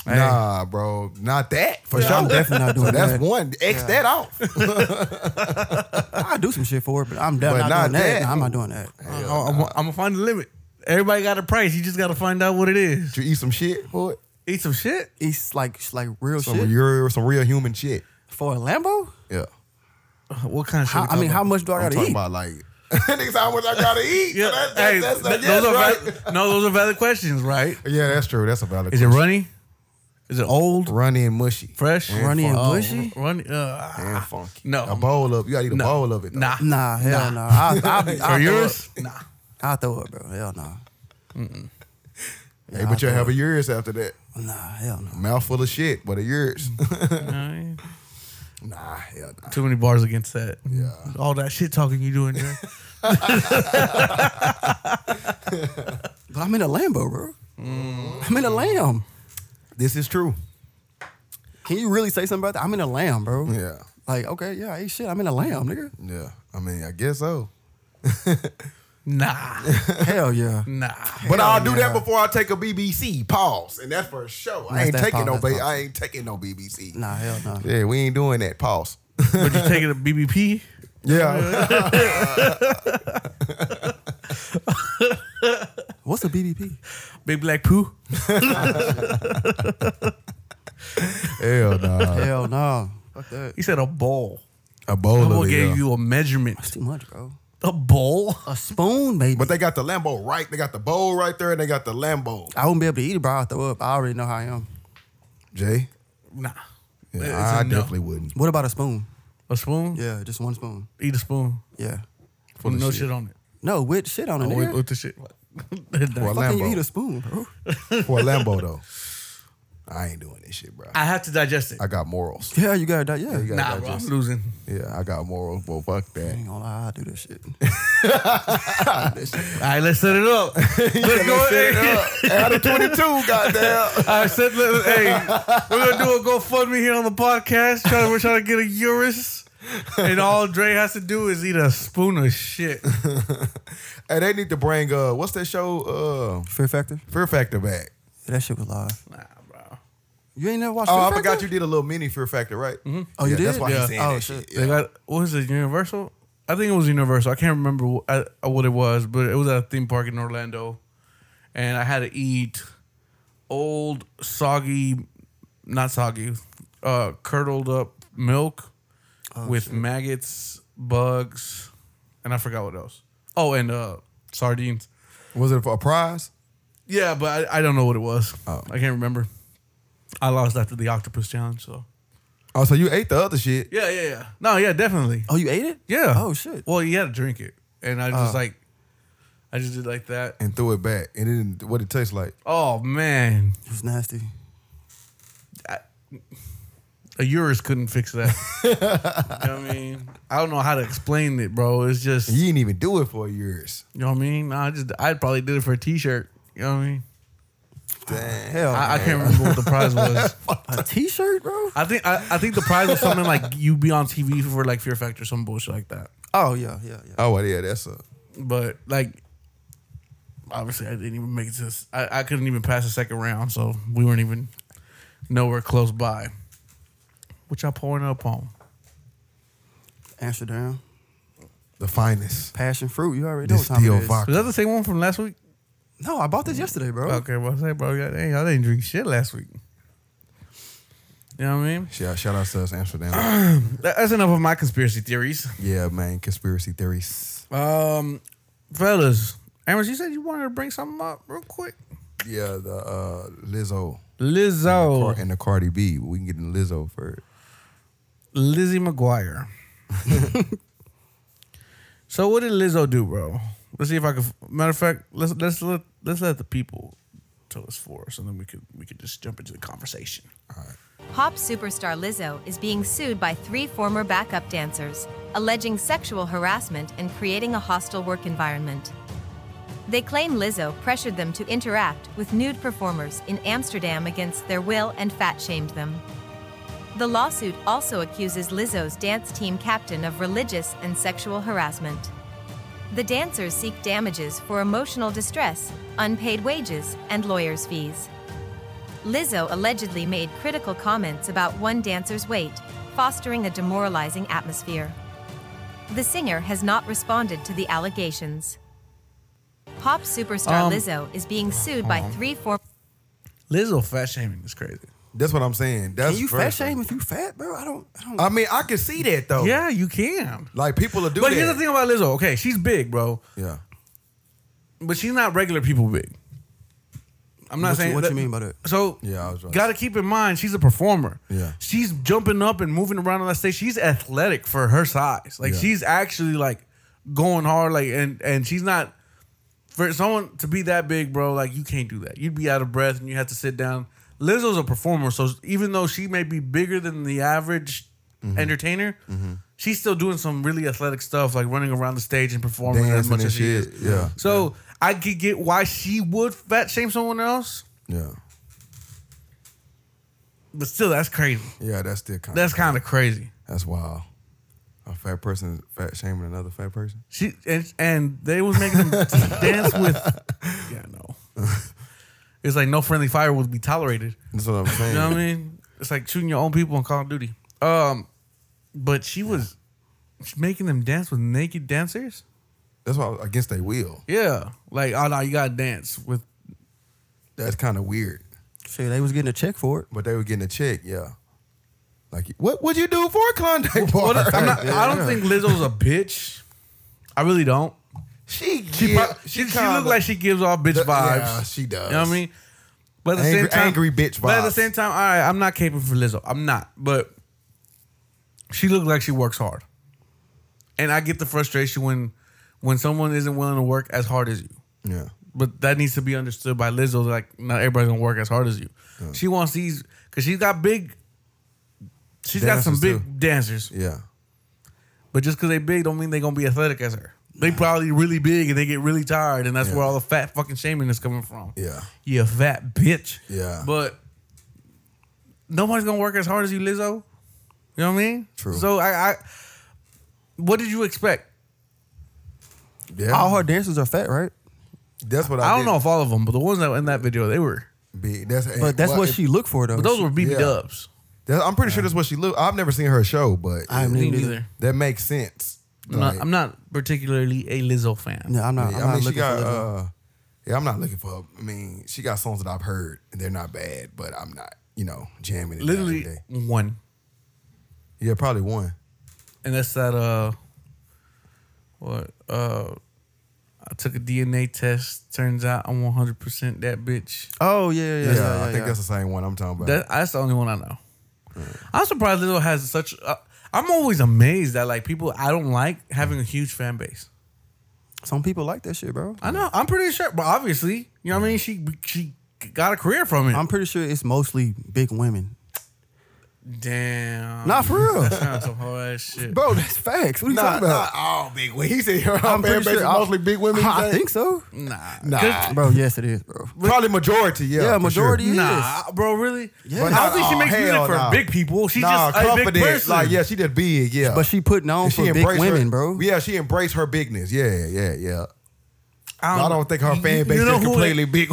S1: Hey.
S3: Nah, bro, not that for sure.
S2: I'm definitely not doing
S3: That's
S2: that.
S3: one. X that off.
S2: I do some shit for it, but I'm
S3: But
S2: definitely
S3: not
S2: not, doing that.
S3: that.
S2: Nah, I'm not doing that.
S1: I, am Uh, gonna find the limit. Everybody got a price. You just gotta find out what it is.
S3: Did you eat some shit for it?
S1: Eat some shit.
S2: It's like it's like real
S3: Some
S2: shit
S3: real, some real human shit.
S2: for a Lambo.
S3: Yeah.
S1: What kind of shit?
S2: How,
S1: we
S2: I mean,
S1: talking
S2: how much do I
S3: I'm
S2: gotta
S3: talking
S2: eat?
S3: about like niggas how much I gotta eat.
S1: Yeah,
S3: Yeah, that, that,
S1: hey,
S3: that's
S1: th-
S3: that's yes,
S1: those are
S3: right.
S1: valid, no, those are valid questions, right?
S3: Yeah, that's true. That's a valid.
S1: Is it
S3: question.
S1: runny? Is it old?
S3: runny and mushy?
S1: Fresh?
S2: Runny and
S1: Oh,
S2: bushy?
S1: Runny? Uh,
S3: and funky.
S1: No.
S3: a bowl of you gotta eat a
S1: No.
S3: bowl of it. though.
S1: nah.
S2: Nah, hell no. I, I, I,
S1: For yours? Nah.
S2: I throw it, bro. Hell no.
S3: Hey, but you'll have a yours after that.
S2: Nah, hell no.
S3: Mouthful of shit, but a yours.
S1: Alright.
S3: nah, hell nah.
S1: Too many bars against that.
S3: Yeah.
S1: All that shit talking you doing there.
S2: But I'm in a Lambo, bro.
S3: Mm.
S2: I'm in a lamb.
S3: This is true.
S2: Can you really say something about that? I'm in a lamb, bro.
S3: Yeah.
S2: Like, okay, yeah, I ate shit. I'm in a lamb, nigga.
S3: Yeah. I mean, I guess so.
S1: nah.
S2: Hell yeah.
S1: Nah.
S3: But I'll do
S2: yeah.
S3: that before I take a BBC. Pause. And that's for sure. I
S2: That's-
S3: ain't
S2: that's
S3: taking
S2: pause,
S3: no
S2: that's
S3: ba-
S2: pause.
S3: I ain't taking no BBC.
S2: Nah, hell no.
S3: Yeah, we ain't doing that. Pause.
S1: But you taking a BBP?
S3: Yeah.
S2: What's a BBP?
S1: Big black poo?
S3: Hell nah.
S2: Hell no. Fuck that.
S1: He said a bowl.
S3: A bowl
S1: Someone
S3: of it,
S1: gave
S3: yeah.
S1: you a measurement.
S2: It's too much, bro.
S1: A bowl?
S2: A spoon, baby.
S3: But they got the Lambo right. They got the bowl right there, and they got the Lambo.
S2: I wouldn't be able to eat it, bro. I throw up. I already know how I am.
S3: Jay,
S1: Nah.
S3: yeah,
S1: It's
S3: I
S1: a no.
S3: definitely wouldn't.
S2: What about a spoon?
S1: A spoon?
S2: Yeah, just one spoon.
S1: Eat a spoon.
S2: Yeah.
S1: With no shit. on it.
S2: No, with shit on it.
S3: Oh,
S1: With-
S2: Nigga.
S1: with the shit.
S3: Well,
S2: Fuck can you
S3: Lambo.
S2: eat a spoon, bro?
S3: For a Lambo though, I ain't doing this shit, bro. I,
S1: I have to digest it.
S3: got morals.
S2: Yeah, you gotta die. Yeah.
S3: You gotta
S1: Nah, bro, I'm
S3: digest
S1: losing.
S3: it. Yeah, I got morals. Well, fuck
S2: I
S3: that.
S2: ain't gonna lie, I do this shit.
S1: All right, let's set it up. Let's go. Hey,
S3: Out of 22, goddamn.
S1: all right, set, let, hey, we're gonna do a GoFundMe here on the podcast. Try, we're trying to get a Urus, and all Dre has to do is eat a spoon of shit.
S3: Hey, they need to bring uh, what's that show?
S2: Fear Factor?
S3: Uh, Fear Factor back.
S2: Yeah, that shit was live.
S1: Nah, bro.
S2: You ain't never watched
S3: Oh, I
S2: Fear Factor?
S3: forgot you did a little mini Fear Factor, right?
S2: Oh, you
S3: Yeah,
S2: did?
S3: That's why
S1: Yeah.
S3: he's saying
S2: Oh,
S3: that
S2: shit.
S3: shit.
S1: They
S3: Yeah.
S1: got what is it? Universal? I think it was Universal. I can't remember wh- uh, what it was, but it was at a theme park in Orlando, and I had to eat old soggy, not soggy, uh, curdled up milk with maggots, bugs, and I forgot what else. Oh, and uh, sardines.
S3: Was it for a prize?
S1: Yeah, but I, I don't know what it was. I can't remember. Oh. I lost after the octopus challenge. So
S3: Oh, so you ate the other shit?
S1: yeah, yeah, yeah. No, yeah, definitely.
S2: Oh, you ate it?
S1: Yeah.
S2: Oh, shit.
S1: Well, you had to drink it, and I just like, I just did like that.
S3: and threw it back. And it didn't, what it tastes like?
S1: Oh man,
S2: It was nasty.
S1: a Urus couldn't fix that. You know what I mean, I don't know how to explain it, bro. It's just,
S3: You
S1: you
S3: didn't even do it for years.
S1: know what I mean. Nah, I just, I probably did it for a T-shirt. You know what I mean?
S2: Hell,
S1: I, I can't remember what the prize was.
S2: a t-shirt, bro?
S1: I think I, I think the prize was something like you be on TV for like Fear Factor, some bullshit like that.
S2: Oh, yeah, yeah, yeah.
S3: Oh, well, yeah, that's a.
S1: But like, obviously, I didn't even make it to. This, I, I couldn't even pass the second round, so we weren't even nowhere close by. What y'all pouring up on?
S2: Amsterdam.
S3: The finest.
S2: Passion fruit. You already know what time it
S3: Distilled
S2: is.
S3: vodka.
S1: Was that the same one from last week?
S2: No, I bought this yesterday, bro.
S1: Okay, well, say, bro, y'all, dang, y'all didn't drink shit last week. You know what I mean?
S3: Yeah, shout out to us, Amsterdam.
S1: That- That's enough of my conspiracy theories,
S3: yeah, man, conspiracy theories.
S1: um, fellas. Amherst, you said you wanted to bring something up real quick.
S3: Yeah, the uh, Lizzo
S1: Lizzo,
S3: and the Cardi B. We can get in Lizzo for it.
S1: Lizzie McGuire. so what did Lizzo do, bro? Let's see if I can. Matter of fact, let's let's let let's let the people tell us for us, and then we could we could just jump into the conversation.
S9: Pop superstar Lizzo is being sued by three former backup dancers, alleging sexual harassment and creating a hostile work environment. They claim Lizzo pressured them to interact with nude performers in Amsterdam against their will and fat shamed them. The lawsuit also accuses Lizzo's dance team captain of religious and sexual harassment. The dancers seek damages for emotional distress, unpaid wages, and lawyers' fees. Lizzo allegedly made critical comments about one dancer's weight, fostering a demoralizing atmosphere. The singer has not responded to the allegations. Pop superstar
S1: Um,
S9: Lizzo is being sued by
S1: um,
S9: three former.
S1: Lizzo fat shaming is crazy.
S3: That's what I'm saying. That's
S2: Can you
S3: very-
S2: fat shame if you fat, bro? I don't. I don't.
S3: I mean, I can see that though.
S1: Yeah, you can.
S3: Like people are doing.
S1: But here's the thing about Lizzo. Okay, she's big, bro.
S3: Yeah.
S1: But she's not regular people big. I'm not
S2: What you-
S1: saying
S2: what
S1: that-
S2: you mean by that?
S1: So
S3: Yeah, I was right.
S1: got to keep in mind she's a performer.
S3: Yeah.
S1: she's jumping up and moving around on that stage. She's athletic for her size. Like
S3: Yeah.
S1: she's actually like going hard. Like and and she's not for someone to be that big, bro. Like you can't do that. You'd be out of breath and you have to sit down. Lizzo's a performer, so even though she may be bigger than the average
S3: Mm-hmm.
S1: entertainer, she's still doing some really athletic stuff, like running around the stage and performing as
S3: Dancing
S1: much
S3: and
S1: as she is.
S3: shit. Yeah.
S1: So I could get why she would fat shame someone else,
S3: Yeah.
S1: but still, that's crazy.
S3: Yeah. That's still kind.
S1: That's kind of crazy.
S3: That's wild. A fat person fat shaming another fat person.
S1: She and and they was making them dance with. Yeah, no. It's like no friendly fire would be tolerated.
S3: That's what I'm saying.
S1: You know what I mean? It's like shooting your own people on Call of Duty. Um, but she was making them dance with naked dancers.
S3: That's why I- against their will.
S1: Yeah, like oh no, you gotta dance with.
S3: That's kind of weird.
S2: Shit, they was getting a check for it.
S3: But they were getting a check. Yeah. Like what would you do for a Klondike bar?
S1: Well, I'm not,
S3: Yeah.
S1: I don't think Lizzo's a bitch. I really don't.
S3: she.
S1: She
S3: yeah,
S1: prob- she, she
S3: kinda-
S1: look like she gives off bitch
S3: Yeah,
S1: vibes.
S3: she does.
S1: You know what I mean? But at the same
S3: Angry-
S1: time,
S3: angry bitch
S1: But at the
S3: vibes.
S1: same time, all right, I'm not caping for Lizzo. I'm not. But she looks like she works hard, and I get the frustration when when someone isn't willing to work as hard as you.
S3: Yeah.
S1: But that needs to be understood by Lizzo. Like not everybody's gonna work as hard as you. She wants these because she's got big. She's got
S3: Dancers
S1: some big
S3: too.
S1: dancers,
S3: Yeah.
S1: but just because they big don't mean they're gonna be athletic as her. They probably really big and they get really tired, and that's
S3: Yeah.
S1: where all the fat fucking shaming is coming from.
S3: Yeah.
S1: You a fat bitch.
S3: Yeah.
S1: But nobody's gonna work as hard as you, Lizzo. You know what I mean?
S3: True.
S1: So I, I what did you expect?
S3: Yeah.
S2: All her dancers are fat, right?
S3: that's what I,
S1: I don't
S3: did.
S1: know if all of them, but the ones that were in that video, they were.
S3: Big. That's
S2: But that's
S3: well,
S2: what
S3: if-
S2: she looked for, though.
S1: But those
S2: She-
S1: were BB
S3: yeah.
S1: Dubs.
S3: That, I'm pretty sure that's what she look. I've never seen her show, but
S2: I haven't
S1: Me
S2: either.
S1: neither.
S3: that makes sense.
S1: I'm
S3: Like,
S1: not, I'm not particularly a Lizzo fan.
S2: No, I'm not.
S3: yeah,
S2: I'm
S3: i
S2: not
S3: mean, she
S2: looking
S3: got.
S2: for Lizzo.
S3: Uh, yeah, I'm not looking for. I mean, she got songs that I've heard and they're not bad, but I'm not. You know, jamming it
S1: Literally
S3: literally. Day.
S1: one.
S3: Yeah, probably one.
S1: And that's that uh what uh I took a DNA test. Turns out I'm 100% that bitch.
S2: Oh yeah, yeah, yeah.
S3: Yeah,
S2: yeah,
S3: I think
S2: yeah.
S3: that's the same one I'm talking about.
S1: That, that's the only one I know. I'm surprised Lizzo has such. Uh, I'm always amazed that like people I don't like having a huge fan base.
S2: some people like that shit, bro.
S1: I know. I'm pretty sure, but obviously, you know what I mean. She she got a career from it.
S2: I'm pretty sure it's mostly big women.
S1: Damn.
S2: Not for real,
S1: That's some whole ass shit.
S2: bro. That's facts. What are you
S3: nah,
S2: talking about?
S3: not all oh, big women. He said her
S2: I'm
S3: fan
S2: pretty
S3: base is
S2: sure I-
S3: mostly big women. you
S2: I
S3: think?
S2: think so,
S1: Nah.
S3: Nah.
S2: bro. Yes, it is, bro.
S3: Probably majority. Yeah,
S2: Yeah,
S3: for
S2: majority
S3: Sure.
S2: is.
S1: Nah, bro, really?
S2: Yeah.
S1: I don't think she
S3: Oh,
S1: makes music
S3: hell
S1: for
S3: nah.
S1: big people. She's
S3: nah,
S1: just a
S3: confident.
S1: big person.
S3: Like, yeah, she just big. Yeah,
S2: But she putting on
S3: And
S2: for big
S3: embraced
S2: women,
S3: her,
S2: bro.
S3: Yeah, she embraced her bigness. Yeah, yeah, yeah. I don't think her
S1: Um, You-
S3: fan
S1: you
S3: base
S1: know
S3: is
S1: who-
S3: completely big.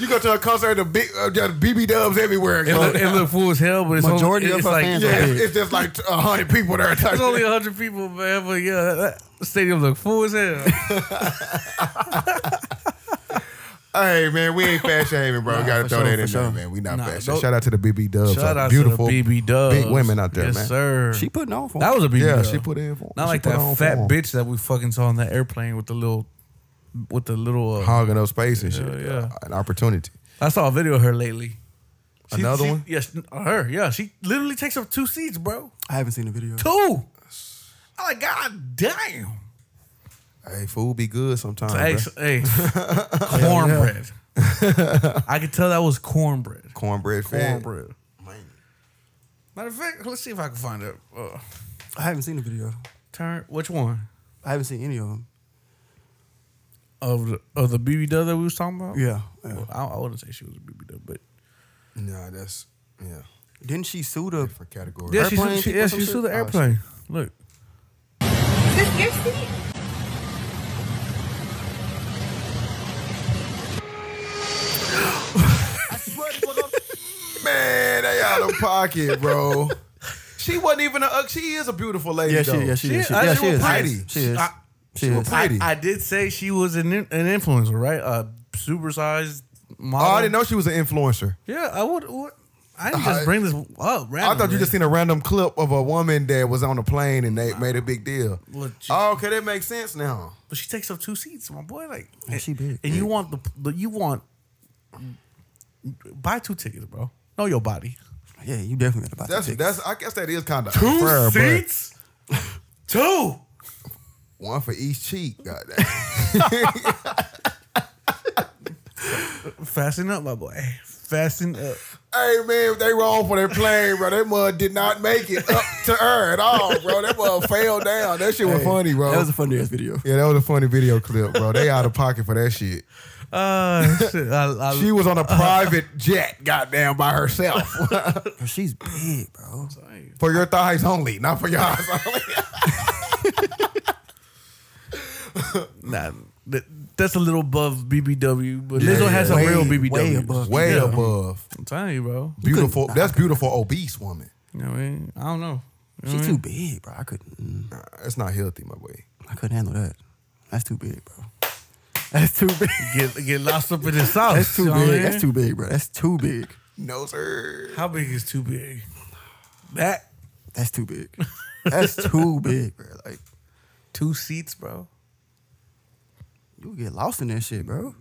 S3: you go to a concert, the big uh, just BB dubs everywhere.
S1: It
S3: bro.
S1: look, it look fool as hell, but it's
S2: Majority
S1: only,
S2: of
S1: it's
S2: her
S1: like,
S2: fans
S1: yeah,
S2: are
S3: yeah,
S2: big.
S3: it's, it's just like a hundred people there.
S1: There's only hundred people, man. But yeah, that, that stadium look full as hell.
S3: hey man, we ain't fat shaming, bro. We gotta
S2: for
S3: throw
S2: sure,
S3: that in
S2: for
S3: there,
S2: sure.
S3: man. We not
S1: Nah,
S3: fat shaming.
S1: don't-
S3: Shout out to the BB dubs.
S1: Shout
S3: Like,
S1: out
S3: beautiful
S1: to the BB Dubs.
S3: big women out there,
S1: yes,
S3: man.
S1: sir.
S2: She putting on for.
S1: that was a BB
S3: Yeah,
S1: dub.
S3: she put in for.
S1: Not
S3: she
S1: like
S3: put
S1: that
S3: on
S1: fat
S3: for 'em.
S1: bitch that we fucking saw on that airplane with the little, with the little. Uh,
S3: hogging up space and shit.
S1: Yeah, yeah.
S3: an opportunity.
S1: I saw a video of her lately. She-
S3: Another
S1: she-
S3: one?
S1: Yes, her. Yeah, she literally takes up two seats, bro.
S2: I haven't seen the video.
S1: Two. I'm like, God damn.
S3: Hey, food be good sometimes.
S1: Hey,
S3: bruh.
S1: hey, cornbread. I could tell that was cornbread.
S3: Cornbread, fed.
S1: Cornbread. Matter of fact, let's see if I can find it. Uh,
S2: I haven't seen the video.
S1: turn which one?
S2: I haven't seen any of them.
S1: of the, of the BB dub that we was talking about?
S2: Yeah,
S1: Well, I, I wouldn't say she was a BB dub, but
S3: Nah, that's yeah.
S2: Didn't she sue the
S3: different category?
S1: yeah, she,
S2: Airplane
S1: she,
S2: people
S1: yeah,
S2: or some
S1: she sued
S2: shit?
S1: the
S2: Oh, shit.
S1: airplane. Look,
S11: Is this your seat?
S3: Man, they out of pocket, bro. She wasn't even a. uh, She is a beautiful lady.
S2: Yeah, she-
S3: though.
S2: yeah, she is. She-
S1: I-
S2: yeah, she
S1: was
S2: is.
S1: pretty.
S2: She is.
S3: Ah,
S1: I-
S2: She is.
S1: I, I did say she was an in- an influencer, right? A supersized
S3: Oh,
S1: model.
S2: Uh-huh.
S3: I didn't know she was an influencer.
S1: Yeah, I would. what- I didn't
S3: I-
S1: just bring this up. Randomly.
S3: I thought you just seen a random clip of a woman that was on a plane and they made a big deal.
S1: Look, she-
S3: Oh, okay, that makes sense now.
S1: But she takes up two seats, my boy. Like,
S2: Yeah, Oh, she big.
S1: And you want the, the you want buy two tickets, bro. Know your body.
S2: Yeah, you definitely got to buy
S3: That's
S2: the tickets.
S3: that's. I guess that is kind of
S1: Two
S3: unfair, but
S1: seats, two.
S3: one for each cheek. Goddamn.
S1: Fasten up, my boy. Fasten up.
S3: Hey man, they wrong for their plane, bro. That mud did not make it up to her at all, bro. That mud fell down. That shit was funny, bro.
S2: That was a funny ass video.
S3: yeah, that was a funny video clip, bro. They out of pocket for that shit.
S1: Uh, shit, I, I,
S3: She was on
S2: Uh-huh.
S3: a private jet, goddamn, by herself.
S2: Bro, she's big, bro.
S3: for your thighs only, not for your eyes only.
S1: nah, that, that's a little above BBW, but Lizzo has some
S2: Way-
S1: real BBW.
S2: way above.
S3: Way
S1: Yeah.
S3: above.
S1: I'm telling you, bro.
S3: Beautiful. That's beautiful obese woman.
S1: You know what I mean? I don't know. You know
S2: She's
S1: what I
S2: too
S1: mean?
S2: big, bro. I couldn't. mm,
S3: Nah, That's not healthy, my boy.
S2: I couldn't handle that. That's too big, bro. That's too big.
S1: Get get lost up in the sauce.
S2: That's too
S1: you know what I
S2: big. That's
S1: mean?
S2: too big, bro. That's too big.
S3: No, sir.
S1: How big is too big? That
S2: That's too big. That's too big, bro. Like
S1: two seats, bro.
S2: you get lost in that shit, bro.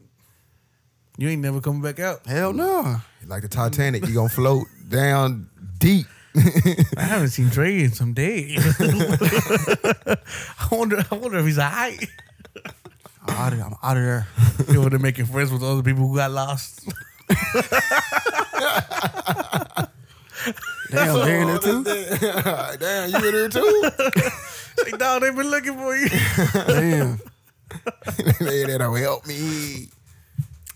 S1: You ain't never coming back out.
S2: Hell no.
S3: Like the Titanic, you gonna float down deep.
S1: I haven't seen Dre in some days. I wonder. I wonder if he's alright.
S2: I'm out of, I'm out of there.
S1: You want to making friends with other people who got lost.
S2: Damn, they in there too.
S3: Damn, you in here too?
S1: Like, dog, they've been looking for you.
S2: Damn.
S3: Man, that don't help me.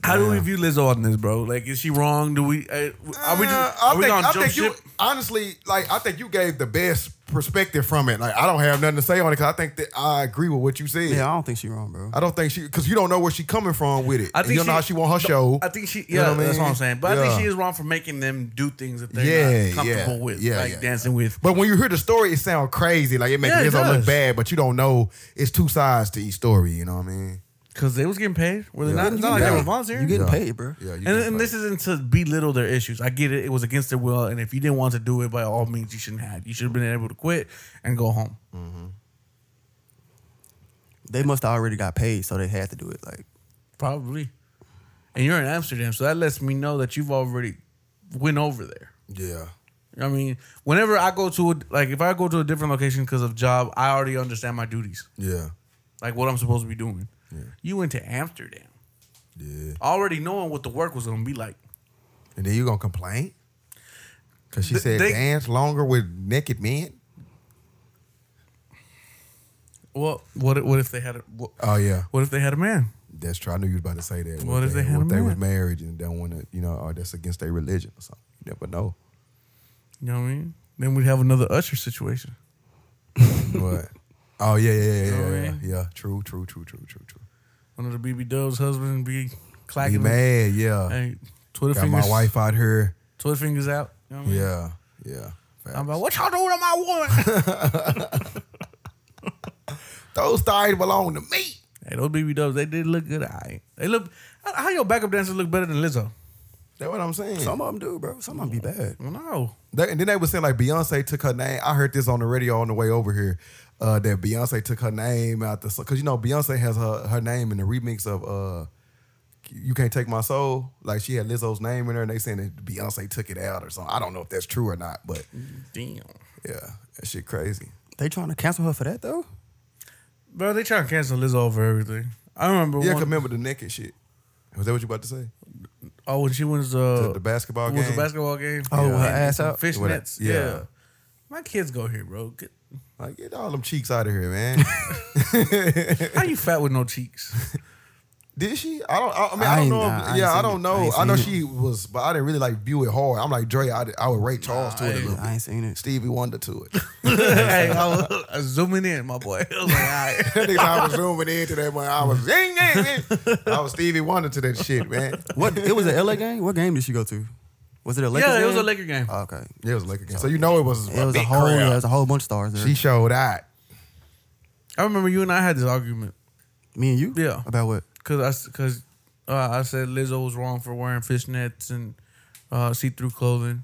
S1: How do we view Lizzo on this, bro? Like, is she wrong? Do we? Uh, are we just?
S3: Uh,
S1: Are we gonna jump
S3: think you,
S1: ship?
S3: honestly, like I think you gave the best perspective from it. Like I don't have nothing to say on it because I think that I agree with what you said.
S2: Yeah, I don't think she wrong, bro.
S3: I don't think she because you don't know where she coming from with it.
S1: I
S3: I
S1: think
S3: you don't know
S1: she-
S3: how she want her show.
S1: I think she.
S3: You
S1: Yeah,
S3: know what I
S1: that's
S3: mean?
S1: what I'm saying. But I
S3: Yeah.
S1: think she is wrong for making them do things that they're
S3: Yeah,
S1: not comfortable
S3: yeah,
S1: with,
S3: yeah,
S1: like
S3: yeah.
S1: dancing with.
S3: But when you hear the story, it sounds crazy. Like it makes
S1: Yeah, it
S3: Lizzo
S1: does.
S3: look bad, but you don't know it's two sides to each story. You know what I mean?
S1: Because they was getting paid. Were they not? It's not
S3: You
S1: like they
S3: getting
S1: were
S3: paid.
S1: volunteering.
S2: You getting
S3: Yeah.
S2: paid, bro.
S3: Yeah, you
S1: and,
S3: just
S1: and
S3: like-
S1: this isn't to belittle their issues. I get it. It was against their will, and if you didn't want to do it, by all means, you shouldn't have. You should have been able to quit and go home.
S2: They must have already got paid, so they had to do it. Like,
S1: Probably. And you're in Amsterdam, so that lets me know that you've already went over there.
S3: yeah.
S1: You know what I mean, whenever I go to a, like if I go to a different location because of job, I already understand my duties,
S3: Yeah.
S1: like what I'm supposed to be doing. You went to Amsterdam,
S3: Yeah.
S1: already knowing what the work was gonna be like.
S3: And then you gonna complain? Cause she
S1: Th-
S3: said
S1: they-
S3: dance longer with naked men.
S1: Well, what if- what if they had a what,
S3: Oh yeah,
S1: what if they had a man?
S3: that's true. I knew you was about to say that.
S1: What if they had
S3: what
S1: a
S3: if they was
S1: man?
S3: married and don't want to? You know, or that's against their religion or something. You never know.
S1: You know what I mean? Then we'd have another Usher situation.
S3: But oh yeah, yeah, yeah, yeah,
S1: know what I
S3: yeah,
S1: mean?
S3: yeah. True, true, true, true, true, true.
S1: One of the BB Dubs' husband be
S3: Be
S1: clacking. him.
S3: mad, yeah.
S1: Hey, Twitter
S3: Got
S1: fingers.
S3: my wife out here.
S1: Twitter fingers out. You know what I mean?
S3: Yeah, yeah. Facts.
S1: I'm like, what y'all doing on my woman?
S3: Those thighs belong to me.
S1: hey, those BB Dubs, they did look good. I they look. How how your backup dancers look better than Lizzo?
S3: That's what I'm saying. Oh.
S2: some of them do, bro. Some of them be bad.
S1: Well, no.
S3: They- and then they were saying like Beyonce took her name. I heard this on the radio on the way over here. Uh, that Beyonce took her name out the because you know Beyonce has her her name in the remix of uh, "You Can't Take My Soul." Like she had Lizzo's name in her, and they saying that Beyonce took it out or something. I don't know if that's true or not, but
S1: Damn.
S3: yeah, that shit crazy.
S2: They trying to cancel her for that though.
S1: Bro, they trying to cancel Lizzo over everything. I remember
S3: Yeah, 'cause
S1: one,
S3: remember the naked shit. Was that what you about to say?
S1: oh when she was uh
S3: To the basketball
S1: was the
S3: game?
S1: basketball game.
S2: Oh,
S1: Yeah.
S2: her ass out?
S1: Fishnets.
S3: Yeah.
S1: Yeah. My kids go here, bro. Get,
S3: Like get all them cheeks out of here, man.
S1: how you fat with no cheeks?
S3: Did she? I don't. I, I mean,
S2: I
S3: I, don't
S2: ain't-
S3: know.
S2: nah, I ain't
S3: yeah, I don't
S2: seen it. I
S3: know.
S2: ain't
S3: I, know
S2: seen
S3: she was, but I didn't really like view it hard. I'm like Dre. I, did- I would rate Charles to it a little bit. I ain't seen it. Stevie Wonder to it.
S1: hey, I was, I was zooming in, my boy. I was like, all right.
S3: That nigga, I was zooming into that one. I was zing, zing, zing. I was Stevie Wonder to that shit, man.
S2: What? It was an LA game. What game did she go to? Was it a Lakers
S1: Yeah,
S2: game?
S1: it was a Laker game.
S2: Oh, okay.
S3: Yeah, it was a Laker game. So you know it was.
S2: It was a whole. Yeah, it was a whole bunch of stars. There.
S3: She showed out.
S1: I remember you and I had this argument.
S2: Me and you.
S1: Yeah,
S2: About what?
S1: because I because uh, I said Lizzo was wrong for wearing fishnets and uh, see-through clothing,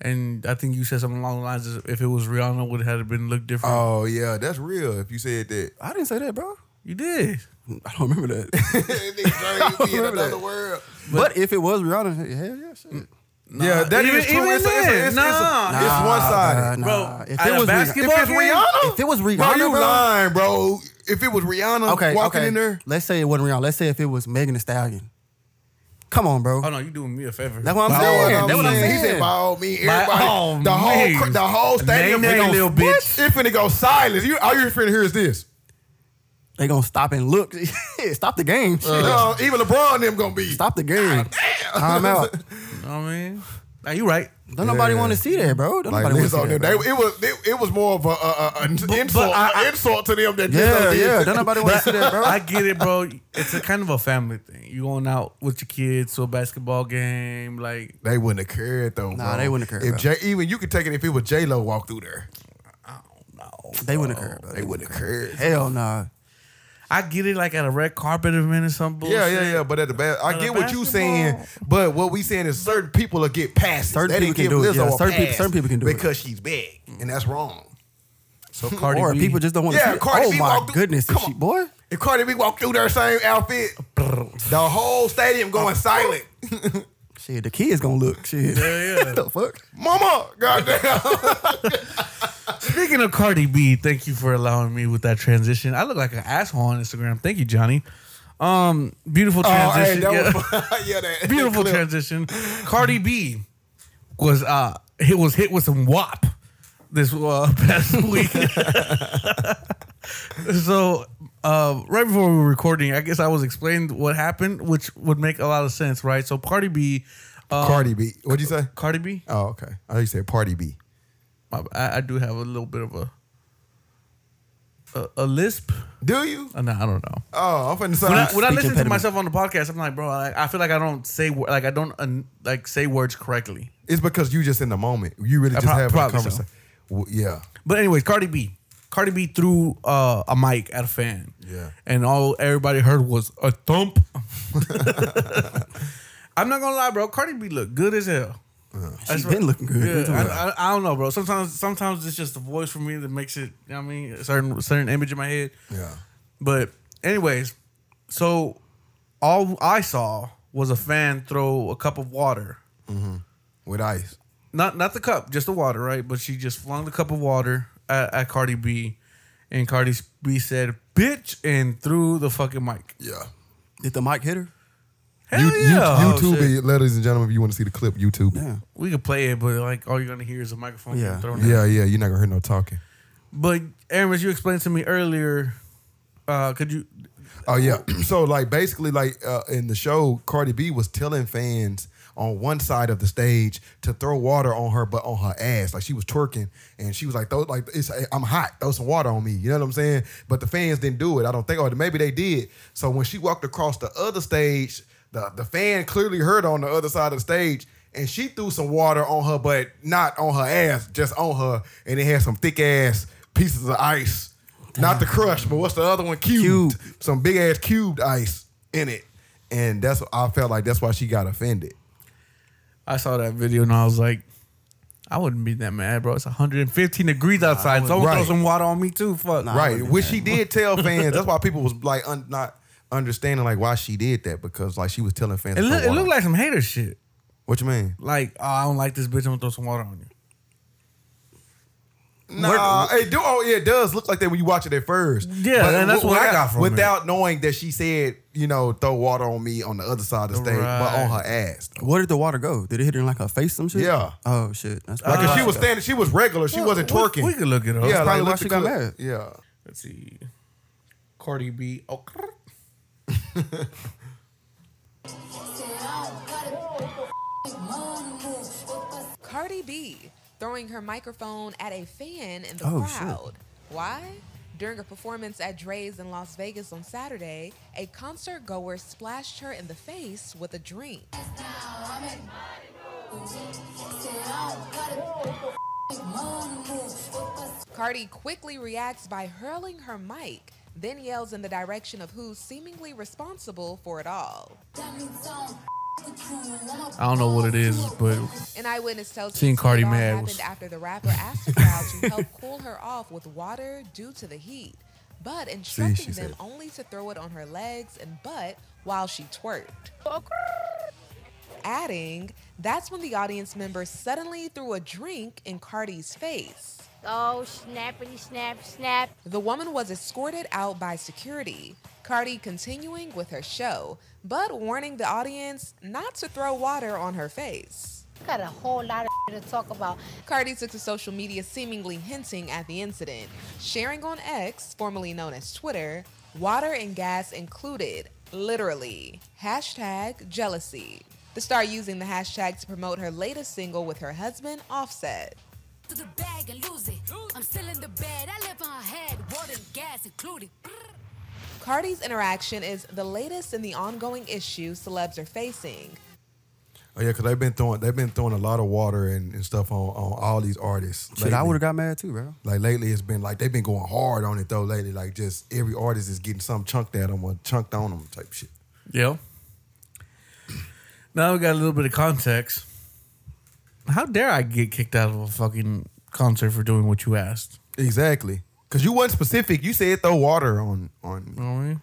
S1: and I think you said something along the lines of if it was Rihanna would have been looked different.
S3: Oh yeah, that's real. If you said that,
S2: I didn't say that, bro.
S1: you did.
S2: I don't remember that.
S3: Nigga Dre be in
S2: remember
S3: another
S2: that.
S3: world.
S2: But, if it was Rihanna, hell yeah, shit.
S3: yeah, that is
S1: even-
S3: true.
S1: even
S3: it's, a- it's, a-
S1: then,
S3: it's, it's,
S1: nah.
S3: it's one sided,
S2: Uh, nah,
S1: Bro,
S2: nah.
S1: at
S2: If
S1: a
S2: it was Rihanna-
S1: basketball
S3: If it's
S1: game?
S3: Rihanna,
S2: If it was
S3: bro,
S2: Rihanna,
S3: you
S2: bro.
S3: lying, bro. If it was Rihanna
S2: Okay,
S3: walking
S2: okay.
S3: in there,
S2: Let's say it wasn't Rihanna. Let's say if it was Megan Thee Stallion. Come on, bro.
S1: Oh no, you doing me a favor.
S2: That's what I'm
S3: By all
S2: saying.
S3: means.
S2: That's what I'm saying.
S3: He said, by all means,
S1: By
S3: everybody,
S2: oh,
S1: all
S3: the whole, cr-
S1: means.
S3: the whole stadium,
S1: Nay, nay,
S3: they
S1: little
S3: gonna,
S1: bitch.
S3: what? It finna go silent. You, all you're finna hear is this.
S2: they gonna stop and look. stop the game. Shit.
S3: no, even LeBron and them gonna be.
S2: stop the game. Time out.
S1: You know what I mean, now you right.
S2: Don't nobody
S3: Yeah.
S2: want to see that, bro. Don't
S3: Like
S2: nobody want to
S3: Lizzo
S2: see
S3: them.
S2: that.
S3: They,
S2: bro.
S3: it was it, it was more of a, a, a an insult, an insult to them that
S2: Yeah,
S3: Lizzo did.
S2: yeah. Don't nobody want to see that, bro.
S1: I get it, bro. It's a kind of a family thing. You going out with your kids to a basketball game, like
S3: They wouldn't have cared though.
S2: Nah,
S3: bro.
S2: they wouldn't have cared,
S3: If J, even you could take it if it was J Lo walk through there,
S2: They wouldn't occur, bro.
S3: they wouldn't have cared.
S2: Hell nah.
S1: I get it, like at a red carpet event or some bullshit.
S3: Yeah, yeah, yeah. But at the bad, I
S1: At
S3: get
S1: the
S3: what you saying. But what we saying is certain people will get passes.
S2: Certain
S3: They didn't
S2: people
S3: give
S2: can do it,
S3: Lizzo
S2: yeah.
S3: a
S2: Certain people-
S3: pass
S2: certain people can do it.
S3: because she's big, and that's wrong.
S1: So Cardi
S2: or
S1: B.
S2: people just don't want to
S3: Yeah,
S2: see
S3: Cardi
S2: it. Oh
S3: B
S2: my
S3: walked through-
S2: goodness. If
S3: Come
S2: she,
S3: on.
S2: boy.
S3: If Cardi B walked through their same outfit, the whole stadium going silent.
S2: Shit, the kids gonna look. Shit.
S1: Yeah, yeah.
S2: the fuck?
S3: Mama, goddamn.
S1: Speaking of Cardi B, thank you for allowing me with that transition. I look like an asshole on Instagram. Thank you, Johnny. Um, beautiful
S3: Oh, hey,
S1: transition.
S3: that
S1: Yeah.
S3: was yeah, that
S1: beautiful
S3: clip.
S1: transition. Cardi B was uh hit was hit with some WAP this uh, past week. so uh, right before we were recording, I guess I was explained what happened, which would make a lot of sense, right? So Cardi B, uh,
S3: Cardi B. What'd you say?
S1: Cardi B,
S3: Oh, okay. I thought you said Party B.
S1: my- I, I do have a little bit of a a, a lisp.
S3: Do you?
S1: Uh, no, I don't know.
S3: Oh, I'm finna say.
S1: When I, when I
S2: speech
S1: listen to
S2: impediment.
S1: myself on the podcast, I'm like, bro, I, I feel like I don't say wo- like I don't uh, like say words correctly.
S3: it's because you just in the moment. You really
S1: I
S3: just
S1: prob-
S3: having a
S1: Uh, probably so.
S3: conversation. W- yeah.
S1: But anyways, Cardi B. Cardi B threw uh, a mic at a fan.
S3: Yeah.
S1: And all everybody heard was a thump. I'm not gonna lie, bro. Cardi B looked good as hell.
S2: She's
S1: That's
S2: Uh-huh. been
S1: right.
S2: looking good.
S1: Yeah, I, I, I don't know, bro. Sometimes, sometimes it's just the voice for me that makes it. You know what I mean, a certain a certain image in my head.
S3: Yeah.
S1: But anyways, so all I saw was a fan throw a cup of water
S3: With ice.
S1: not not the cup, just the water, right? But she just flung the cup of water at, at Cardi B, and Cardi B said "bitch" and threw the fucking mic.
S3: Yeah.
S2: Did the mic hit her?
S1: Hell
S3: You, you,
S1: yeah!
S3: YouTube,
S1: Oh, shit.
S3: it, ladies and gentlemen, if you want to see the clip, YouTube.
S2: Yeah.
S3: it.
S1: we could play it, but like all you're gonna hear is a microphone
S2: Yeah.
S1: yeah. thrown. at.
S3: Yeah, yeah. You're not gonna hear no talking.
S1: But Aaron, as you explained to me earlier, uh, could you?
S3: Oh yeah. so like basically like uh, in the show, Cardi B was telling fans on one side of the stage to throw water on her, but on her ass, like she was twerking, and she was like, "Throw like it's eh, I'm hot, throw some water on me." You know what I'm saying? But the fans didn't do it. I don't think, or maybe they did. So when she walked across the other stage, the the fan clearly heard on the other side of the stage. And she threw some water on her, but not on her ass, just on her. And it had some thick ass pieces of ice. Not the crush, but what's the other one? Cubed. Some big ass cubed ice in it. And that's I felt like that's why she got offended.
S1: I saw that video and I was like, I wouldn't be that mad, bro. It's 115 degrees outside. Someone throw
S3: right.
S1: some water on me too. Fuck.
S2: Nah. I
S3: right.
S2: wouldn't
S3: Which she did tell fans. that's why people was like un, not understanding like why she did that because like she was telling fans.
S1: It,
S3: to
S1: look,
S3: throw
S1: it looked
S3: water.
S1: like some hater shit.
S3: what you mean?
S1: Like, oh, I don't like this bitch. I'm gonna throw some water on you.
S3: Nah, it do. Oh, yeah, it does look like that when you watch it at first.
S1: Yeah, and that's what I got from it.
S3: Without knowing that she said, you know, throw water on me on the other side of the stage, but on
S1: Right.
S3: her ass.
S2: Where did the water go? Did it hit her in like her face? Some shit.
S3: Yeah.
S2: Oh shit. That's
S3: Like
S2: probably
S3: if
S2: why
S3: she was
S2: got-
S3: standing, she was regular. She wasn't
S1: We-
S3: twerking.
S1: We, could look it up.
S3: yeah,
S2: probably
S3: like,
S2: why
S3: look
S2: she
S3: the
S2: got
S3: clip.
S2: mad.
S3: Yeah.
S1: Let's see. Cardi B. Oh, crrr.
S12: B throwing her microphone at a fan in the
S13: Oh, shit.
S12: crowd. Why? During a performance at Dre's in Las Vegas on Saturday, a concert goer splashed her in the face with a drink. Cardi quickly reacts by hurling her mic, then yells in the direction of who's seemingly responsible for it all.
S1: I don't know what it is, but
S12: An eyewitness tells
S1: seeing
S12: us
S1: Cardi
S12: it all
S1: mad
S12: happened
S1: was
S12: after the rapper asked the crowd to help cool her off with water due to the heat, but instructing them
S13: said-
S12: only to throw it on her legs and butt while she twerked. Adding, that's when the audience member suddenly threw a drink in Cardi's face.
S14: Oh, snappity snap snap.
S12: The woman was escorted out by security. Cardi continuing with her show, but warning the audience not to throw water on her face.
S14: Got a whole lot of to talk about.
S12: Cardi took to social media seemingly hinting at the incident, sharing on X, formerly known as Twitter, water and gas included, literally. Hashtag jealousy. The star using the hashtag to promote her latest single with her husband, Offset.
S15: to the bag and lose it. I'm still in the bed. I live on head, water and gas included.
S12: Cardi's interaction is the latest in the ongoing issues celebs are facing.
S3: Oh yeah, because they've been throwing they've been throwing a lot of water and, and stuff on, on all these artists.
S2: Shit, I would have got mad too, bro.
S3: Like lately, it's been like they've been going hard on it though. Lately, like just every artist is getting something chunked at them or chunked on them type shit.
S1: Yeah. Now we got a little bit of context. How dare I get kicked out of a fucking concert for doing what you asked?
S3: Exactly, because you wasn't specific. You said throw water on on. Me.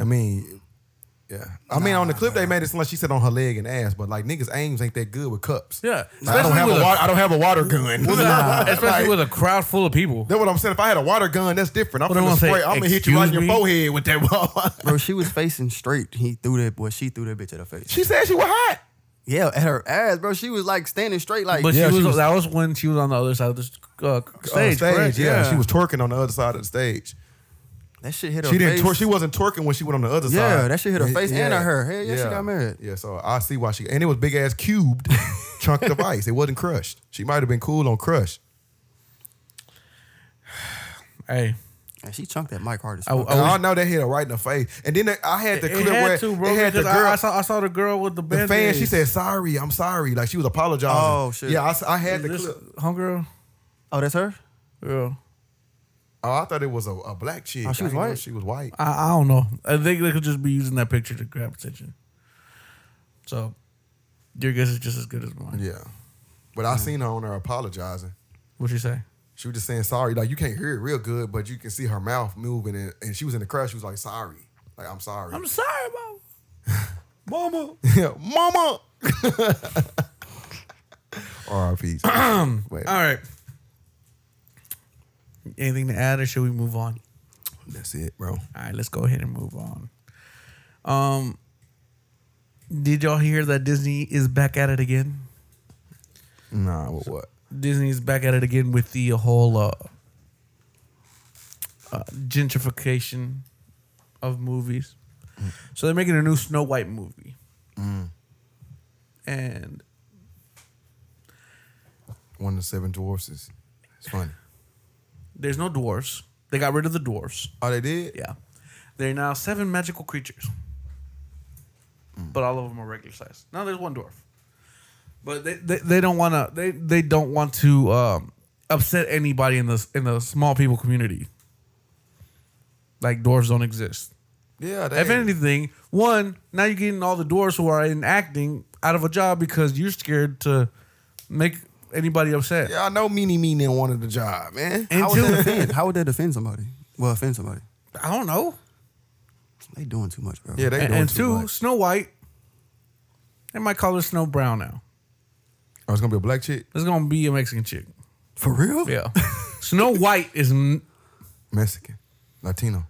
S3: I mean, yeah. I mean, on the clip they made it sound like she said on her leg and ass, but like niggas' aims ain't that good with cups.
S1: Yeah,
S3: Like, I don't have a, wa- I don't have a water gun.
S1: Nah, especially
S3: Like-
S1: with a crowd full of people.
S3: That's what I'm saying. If I had a water gun, that's different. I'm
S1: What do I
S3: gonna
S1: wanna say?
S3: spray. I'm gonna hit you right in your
S1: Excuse me?
S3: forehead with that. wa-
S2: bro, she was facing straight. He threw that boy. She threw that bitch at her face.
S3: She said she was hot.
S2: Yeah, at her ass, bro. She was like standing straight, like.
S1: but she was, that was when she was on the other side of the uh,
S3: Oh, stage,
S1: stage. correct?
S3: yeah. She was twerking on the other side of the stage.
S2: That shit hit her.
S3: she didn't.
S2: face.
S3: Twer- she wasn't twerking when she went on the other
S2: Yeah,
S3: side.
S2: that shit hit her
S3: Yeah,
S2: face and her hair. Hell yeah, she got mad.
S3: Yeah, so I see why she. And it was big ass cubed, chunked of ice. It wasn't crushed. She might have been cool on crushed.
S1: Hey.
S2: And she chunked that mic hard as
S3: I,
S2: fuck.
S3: know that hit her right in the face. And then they- I had the
S1: It- it
S3: clip
S1: had
S3: where
S1: to, bro,
S3: they had the
S1: because I-
S3: girl.
S1: I saw- I saw the girl with the
S3: the fan. She
S1: band-aids.
S3: said, "Sorry, I'm sorry." Like she was apologizing.
S1: Oh, shit.
S3: Yeah, I, s- I had the
S1: This
S3: clip.
S1: Homegirl.
S2: Oh, that's her.
S1: Yeah.
S3: Oh, I thought it was a, a black chick.
S1: Oh, she
S3: I
S1: was
S3: didn't know
S1: white?
S3: She was white.
S1: I, I don't know. I think they could just be using that picture to grab attention. So your guess is just as good as mine.
S3: Yeah. But
S1: Mm.
S3: I seen her on her apologizing.
S1: What'd she say?
S3: She was just saying sorry. Like you can't hear it real good, but you can see her mouth moving. And, and she was in the crowd. She was like, sorry. Like I'm sorry.
S1: I'm sorry, mama. Mama.
S3: yeah, mama. R.I.P. Wait.
S1: All right. Anything to add, or should we move on?
S3: That's it, bro. All
S1: right, let's go ahead and move on. Um, did y'all hear that Disney is back at it again?
S3: Nah, what? what?
S1: Disney is back at it again with the whole uh, uh, gentrification of movies. So they're making a new Snow White movie, and
S3: One of the seven dwarfs is. It's funny.
S1: there's no dwarfs. They got rid of the dwarfs.
S3: Oh, they did.
S1: Yeah, they're now seven magical creatures, but all of them are regular size. Now there's one dwarf, but they they, they don't want to they they don't want to um, upset anybody in the in the small people community. Like dwarves don't exist.
S3: Yeah. They,
S1: If anything, one now you're getting all the dwarves who are in acting out of a job because you're scared to make anybody upset.
S3: yeah, I know Meanie Meanie didn't wanted the job, man.
S1: And
S2: How would
S1: two,
S2: they defend? How would they defend somebody? Well, offend somebody.
S1: I don't know.
S2: They doing too much, bro.
S3: Yeah, they
S1: and,
S3: doing
S1: and
S3: too
S1: two,
S3: much.
S1: Snow White. They might call her Snow Brown now.
S3: Oh, it's gonna be a black chick.
S1: It's gonna be a Mexican chick.
S2: For real?
S1: Yeah. Snow White is n-
S3: Mexican, Latino.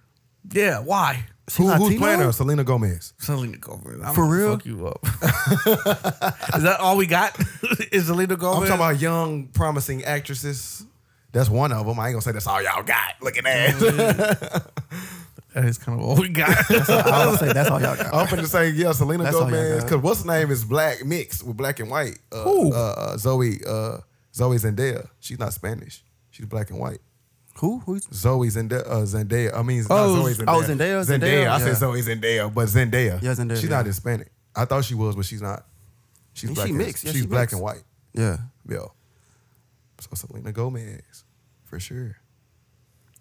S1: yeah. Why?
S3: Who, who's playing her? Selena Gomez.
S1: Selena Gomez. I'm
S3: For
S1: gonna
S3: real?
S1: Fuck you up. is that all we got? is Selena
S3: I'm
S1: Gomez?
S3: talking about young, promising actresses. That's one of them. I ain't gonna say that's all y'all got. Looking at.
S1: That is kind of all we got.
S3: I
S1: was saying, that's all y'all got.
S3: I'm finna say yeah, Selena
S1: That's all y'all
S3: Gomez.
S1: got.
S3: Cause what's her name is black mixed with black and white. Uh,
S1: Who?
S3: Uh, uh, Zoe uh, Zoe Zendaya. She's not Spanish. She's black and white.
S2: Who? Who's
S3: Zoe Zendaya? Uh, Zendaya. I mean,
S2: Oh,
S3: not Zoe Zendaya.
S2: oh, Zendaya,
S3: Zendaya.
S2: Zendaya,
S3: I
S2: yeah.
S3: said Zoe Zendaya, but Zendaya.
S2: Yeah, Zendaya,
S3: She's
S2: yeah.
S3: not Hispanic. I thought she was, but she's not. She's
S2: And
S3: black.
S2: she
S3: and-
S2: mixed. Yeah,
S3: she's
S2: she
S3: black
S2: mixed.
S3: and white.
S2: Yeah.
S3: Yeah. So Selena Gomez, for sure.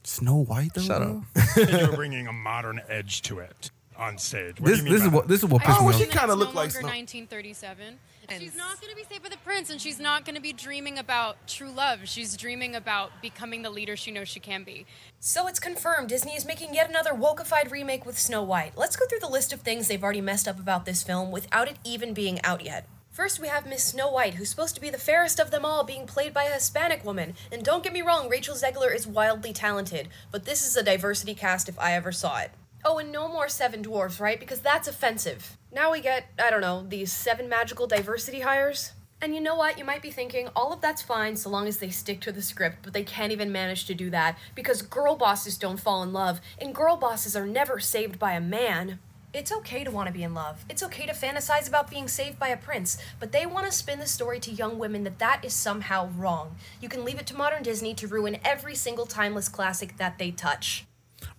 S2: Snow White though.
S3: Shut
S2: bro?
S13: and you're bringing a modern edge to it on stage. What
S1: This-
S13: do you mean
S1: this
S13: by
S1: is what-
S13: that?
S1: this is what pissed me off.
S16: It's
S1: Oh, kinda
S16: no
S1: looked like
S16: longer
S1: Snow.
S16: 1937. And she's not going to be saved by the prince, and she's not going to be dreaming about true love. She's dreaming about becoming the leader she knows she can be.
S17: So it's confirmed Disney is making yet another wokeified remake with Snow White. Let's go through the list of things they've already messed up about this film without it even being out yet. First, we have Miss Snow White, who's supposed to be the fairest of them all, being played by a Hispanic woman. And don't get me wrong, Rachel Zegler is wildly talented, but this is a diversity cast if I ever saw it. Oh, and no more Seven Dwarfs, right? Because that's offensive. Now we get, I don't know, these seven magical diversity hires? And you know what? You might be thinking, all of that's fine so long as they stick to the script, but they can't even manage to do that because girl bosses don't fall in love, and girl bosses are never saved by a man. It's okay to want to be in love. It's okay to fantasize about being saved by a prince, but they want to spin the story to young women that that is somehow wrong. You can leave it to modern Disney to ruin every single timeless classic that they touch.